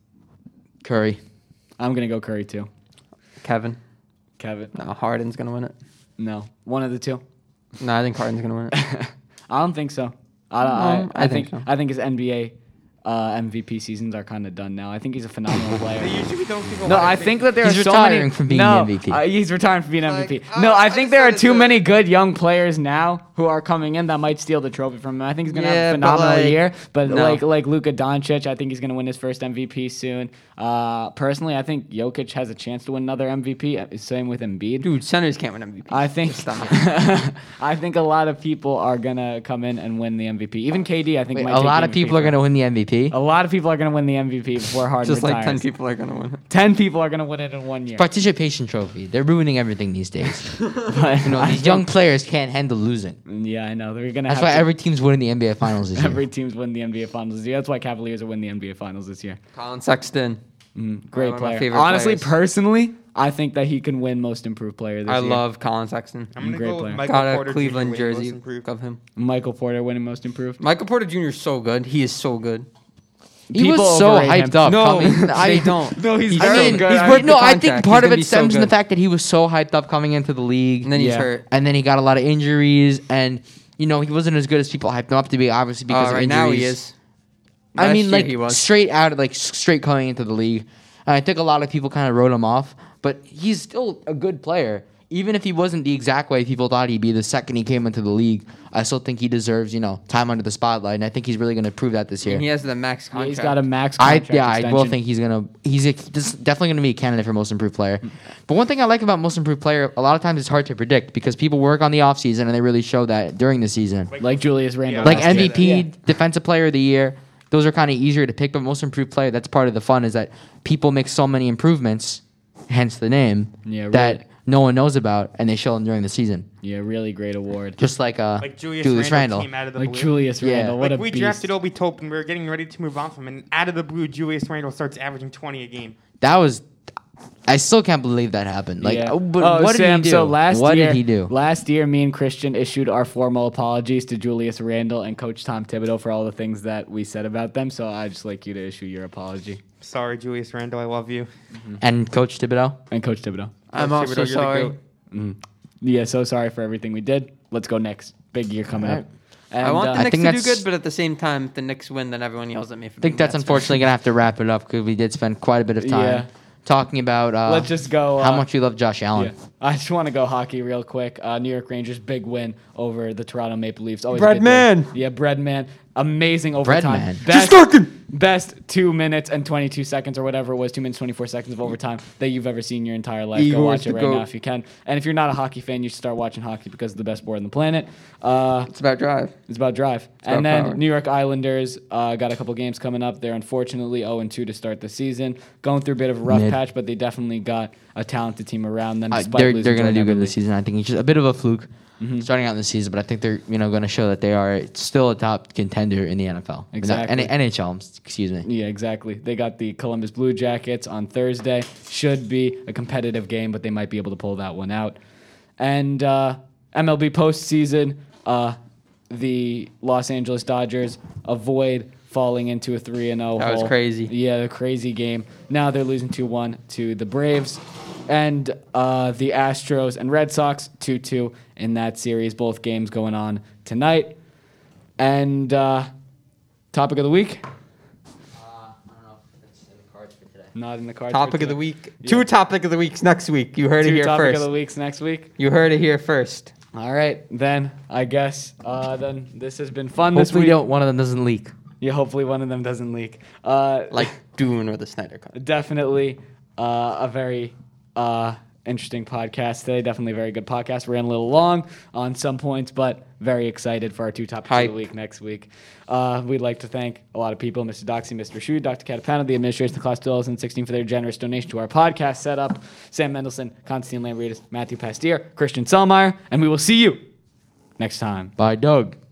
Speaker 3: Curry.
Speaker 1: I'm going to go Curry too.
Speaker 4: Kevin.
Speaker 1: Kevin?
Speaker 4: No, Harden's gonna win it.
Speaker 1: No, one of the two.
Speaker 4: No, I think Harden's
Speaker 3: [LAUGHS]
Speaker 4: gonna win it.
Speaker 1: I don't think so. I, don't,
Speaker 4: No,
Speaker 1: I, I,
Speaker 4: Um, I
Speaker 1: think,
Speaker 4: think so.
Speaker 1: I think his NBA uh, MVP seasons are kind of done now. I think he's a phenomenal player.
Speaker 5: They usually don't give a
Speaker 1: No,
Speaker 5: lot of
Speaker 1: I
Speaker 5: big-
Speaker 1: think that there
Speaker 3: He's
Speaker 1: are so
Speaker 3: retiring
Speaker 1: many.
Speaker 3: from being
Speaker 1: no,
Speaker 3: MVP.
Speaker 1: uh, he's retiring from being
Speaker 4: Like,
Speaker 1: MVP.
Speaker 4: uh,
Speaker 1: no, I
Speaker 4: I
Speaker 1: think
Speaker 4: just
Speaker 1: there are
Speaker 4: said
Speaker 1: too
Speaker 4: it's a-
Speaker 1: many good young players now who are coming in that might steal the trophy from him. I think he's gonna have
Speaker 4: Yeah,
Speaker 1: a
Speaker 4: but
Speaker 1: phenomenal
Speaker 4: like-
Speaker 1: year. But
Speaker 4: No.
Speaker 1: like like Luka Doncic, I think he's gonna win his first MVP soon. Uh, personally, I think Jokic has a chance to win another MVP. uh, Same with Embiid.
Speaker 4: Dude, centers can't win MVP.
Speaker 1: I think
Speaker 4: Stop.
Speaker 1: [LAUGHS] I think a lot of people are gonna come in and win the MVP. Even KD, I think
Speaker 3: Wait,
Speaker 1: might
Speaker 3: a
Speaker 1: take
Speaker 3: lot
Speaker 1: the Oh,
Speaker 3: of people are
Speaker 1: MVP.
Speaker 3: going to win the MVP.
Speaker 1: A lot of people are gonna win the MVP before Harden
Speaker 4: Just like
Speaker 1: retires.
Speaker 4: ten people are gonna win it.
Speaker 1: Ten people are gonna win it in one year.
Speaker 3: Participation trophy. They're ruining everything
Speaker 1: [LAUGHS]
Speaker 3: these days. you
Speaker 1: But
Speaker 3: know,
Speaker 1: I
Speaker 3: these young players can't handle losing.
Speaker 1: Yeah, I know. They're gonna.
Speaker 3: That's
Speaker 1: have
Speaker 3: why
Speaker 1: to- [LAUGHS]
Speaker 3: every team's winning the NBA Finals this
Speaker 1: every
Speaker 3: [LAUGHS] year.
Speaker 1: team's win the NBA Finals this year. That's why Cavaliers are win the NBA Finals this year.
Speaker 4: Colin Sexton.
Speaker 1: Great
Speaker 4: one of my
Speaker 1: player.
Speaker 4: favorite
Speaker 1: Honestly,
Speaker 4: players.
Speaker 1: personally, I think that he can win Most Improved Player this
Speaker 4: I
Speaker 1: year.
Speaker 4: love Colin Sexton.
Speaker 5: I'm gonna
Speaker 1: Great
Speaker 5: go with
Speaker 1: player.
Speaker 5: Michael
Speaker 4: Got
Speaker 5: Porter
Speaker 4: a
Speaker 5: Jr.
Speaker 4: Cleveland
Speaker 5: winning
Speaker 4: jersey
Speaker 5: most improved.
Speaker 4: of him.
Speaker 1: Michael Porter winning Most Improved.
Speaker 4: Michael Porter Jr. is so good. He is so good.
Speaker 3: He was
Speaker 1: People
Speaker 3: so
Speaker 1: overrate him.
Speaker 3: hyped up.
Speaker 1: [LAUGHS]
Speaker 4: No,
Speaker 3: coming.
Speaker 4: they don't.
Speaker 1: No, he's
Speaker 3: I
Speaker 1: very
Speaker 3: mean,
Speaker 1: good.
Speaker 3: he's
Speaker 1: I
Speaker 3: worth-
Speaker 1: mean,
Speaker 3: no,
Speaker 4: the
Speaker 3: I think
Speaker 4: contract.
Speaker 3: part of
Speaker 4: He's gonna
Speaker 3: it
Speaker 4: be so
Speaker 3: stems from the
Speaker 4: good.
Speaker 3: fact that he was so hyped up coming into the league,
Speaker 4: And then he's
Speaker 1: Yeah.
Speaker 4: hurt.
Speaker 3: and then he got a lot of injuries, and you know he wasn't as good as people hyped him up to be, obviously because
Speaker 4: Uh,
Speaker 3: of
Speaker 4: right
Speaker 3: injuries.
Speaker 4: now he is.
Speaker 3: I
Speaker 4: Last
Speaker 3: mean,
Speaker 4: year
Speaker 3: like
Speaker 4: he was.
Speaker 3: straight out, like s- straight coming into the league. And I think a lot of people kind of wrote him off, but he's still a good player. Even if he wasn't the exact way people thought he'd be the second he came into the league, I still think he deserves, you know, time under the spotlight, and I think he's really going to prove that this year.
Speaker 4: He has the max
Speaker 1: Yeah,
Speaker 4: contract.
Speaker 1: he's got a max
Speaker 3: I
Speaker 1: contract
Speaker 3: yeah, I will
Speaker 1: extension.
Speaker 3: think he's gonna he's a, this is definitely gonna be a candidate for most improved player. But one thing I like about most improved player, a lot of times it's hard to predict because people work on the offseason and they really show that during the season.
Speaker 1: like Julius Randle.
Speaker 3: Like
Speaker 1: last year.
Speaker 3: MVP,
Speaker 1: Yeah.
Speaker 3: Defensive Player of the Year, those are kind of easier to pick. But most improved player, that's part of the fun is that people make so many improvements, hence the name,
Speaker 1: Yeah,
Speaker 3: that
Speaker 1: right.
Speaker 3: no one knows about and they show them during the season.
Speaker 1: Yeah, really great award.
Speaker 3: Just like uh,
Speaker 5: Like Julius, Randle
Speaker 3: Randle.
Speaker 5: came out of the
Speaker 1: like
Speaker 5: blue.
Speaker 1: Julius
Speaker 3: Yeah.
Speaker 1: Randle. What
Speaker 5: like
Speaker 1: a
Speaker 5: we
Speaker 1: beast.
Speaker 5: drafted Obi Toppin, we were getting ready to move on from him, and out of the blue, Julius Randle starts averaging 20 a game.
Speaker 3: That was. I still can't believe that happened. Like,
Speaker 1: Yeah.
Speaker 3: oh, but
Speaker 1: Oh,
Speaker 3: what
Speaker 1: Sam,
Speaker 3: did he do?
Speaker 1: So last
Speaker 3: what
Speaker 1: year,
Speaker 3: did he do?
Speaker 1: Last year, me and Christian issued our formal apologies to Julius Randle and Coach Tom Thibodeau for all the things that we said about them. So I'd just like you to issue your apology.
Speaker 5: Sorry, Julius Randle, I love you.
Speaker 3: And Coach Thibodeau.
Speaker 1: And Coach Thibodeau.
Speaker 4: I'm
Speaker 5: Thibodeau,
Speaker 4: also
Speaker 5: you're the
Speaker 4: sorry.
Speaker 5: goat.
Speaker 1: Yeah, so sorry for everything we did. Let's go next. Big year coming
Speaker 3: All right.
Speaker 1: up. And,
Speaker 4: I want
Speaker 1: uh,
Speaker 4: the Knicks
Speaker 3: think
Speaker 4: to do
Speaker 3: that's-
Speaker 4: good, but at the same time, if the Knicks win, then everyone yells at me for.
Speaker 3: I think that's unfortunately gonna have to wrap it up because we did spend quite a bit of time
Speaker 1: Yeah.
Speaker 3: talking about uh,
Speaker 1: Let's just go,
Speaker 3: how
Speaker 1: uh,
Speaker 3: much we love Josh
Speaker 1: yeah.
Speaker 3: Allen.
Speaker 1: I just want to go hockey real quick. Uh, New York Rangers big win over the Toronto Maple Leafs. Always a
Speaker 4: Bread
Speaker 1: good day.
Speaker 4: man.
Speaker 1: Yeah, Breadman. Amazing overtime.
Speaker 3: man.
Speaker 1: Best,
Speaker 4: talking.
Speaker 1: best two minutes and 22 seconds or whatever it was, two minutes, 24 seconds of overtime that you've ever seen in your entire life. Go
Speaker 4: Igor is
Speaker 1: watch it
Speaker 4: the
Speaker 1: right
Speaker 4: goat.
Speaker 1: now if you can. And if you're not a hockey fan, you should start watching hockey because it's the best sport on the planet. Uh,
Speaker 4: It's about drive.
Speaker 1: it's about drive.
Speaker 4: about
Speaker 1: and then
Speaker 4: power.
Speaker 1: New York Islanders uh, got a couple games coming up. They're unfortunately 0 and 2 to start the season. Going through a bit of a rough
Speaker 3: Mid.
Speaker 1: patch, but they definitely got a talented team around them.
Speaker 3: I-
Speaker 1: Despite
Speaker 3: Uh, they're
Speaker 1: losing
Speaker 3: they're gonna
Speaker 1: to Mm-hmm.
Speaker 3: do
Speaker 1: another
Speaker 3: good this
Speaker 1: league.
Speaker 3: season. I think it's just a bit of a fluke starting out in the season, but I think they're you know gonna show that they are still a top contender in the NFL. No,
Speaker 1: Exactly.
Speaker 3: N- NHL, excuse me.
Speaker 1: Yeah, exactly. They got the Columbus Blue Jackets on Thursday. Should be a competitive game, but they might be able to pull that one out. And uh, MLB postseason, uh, the Los Angeles Dodgers avoid falling into a 3 and 0
Speaker 4: That was crazy.
Speaker 1: Yeah, a crazy game. Now they're losing 2 1 to the Braves and uh, the Astros and Red Sox 2 2 in that series. Both games going on tonight. And uh, topic of the week? Not in the cards. for
Speaker 4: Topic of
Speaker 1: today.
Speaker 4: the week.
Speaker 1: Yeah.
Speaker 4: Two topic of the weeks next week. You heard it
Speaker 1: Two
Speaker 4: here
Speaker 1: topic
Speaker 4: first.
Speaker 1: of the weeks next week.
Speaker 4: You heard it here first.
Speaker 1: All right, then I guess uh, then this has been fun this
Speaker 3: Hopefully,
Speaker 1: week.
Speaker 3: don't one of them doesn't leak.
Speaker 1: Yeah, hopefully one of them doesn't leak. Uh,
Speaker 4: Like Dune or the Snyder Cut.
Speaker 1: definitely uh, a very uh, interesting podcast today. Definitely a very good podcast. Ran a little long on some points, but very excited for our two topics
Speaker 4: Hype.
Speaker 1: of the week next week. Uh, we'd like to thank a lot of people, Mr. Doxy, Mr. Shu, Dr. Catapano, the administration of Class 2016 for their generous donation to our podcast setup, Sam Mendelson, Constantine Lambridis, Matthew Pastier, Christian Selmeyer, and we will see you next time.
Speaker 3: Bye, Doug.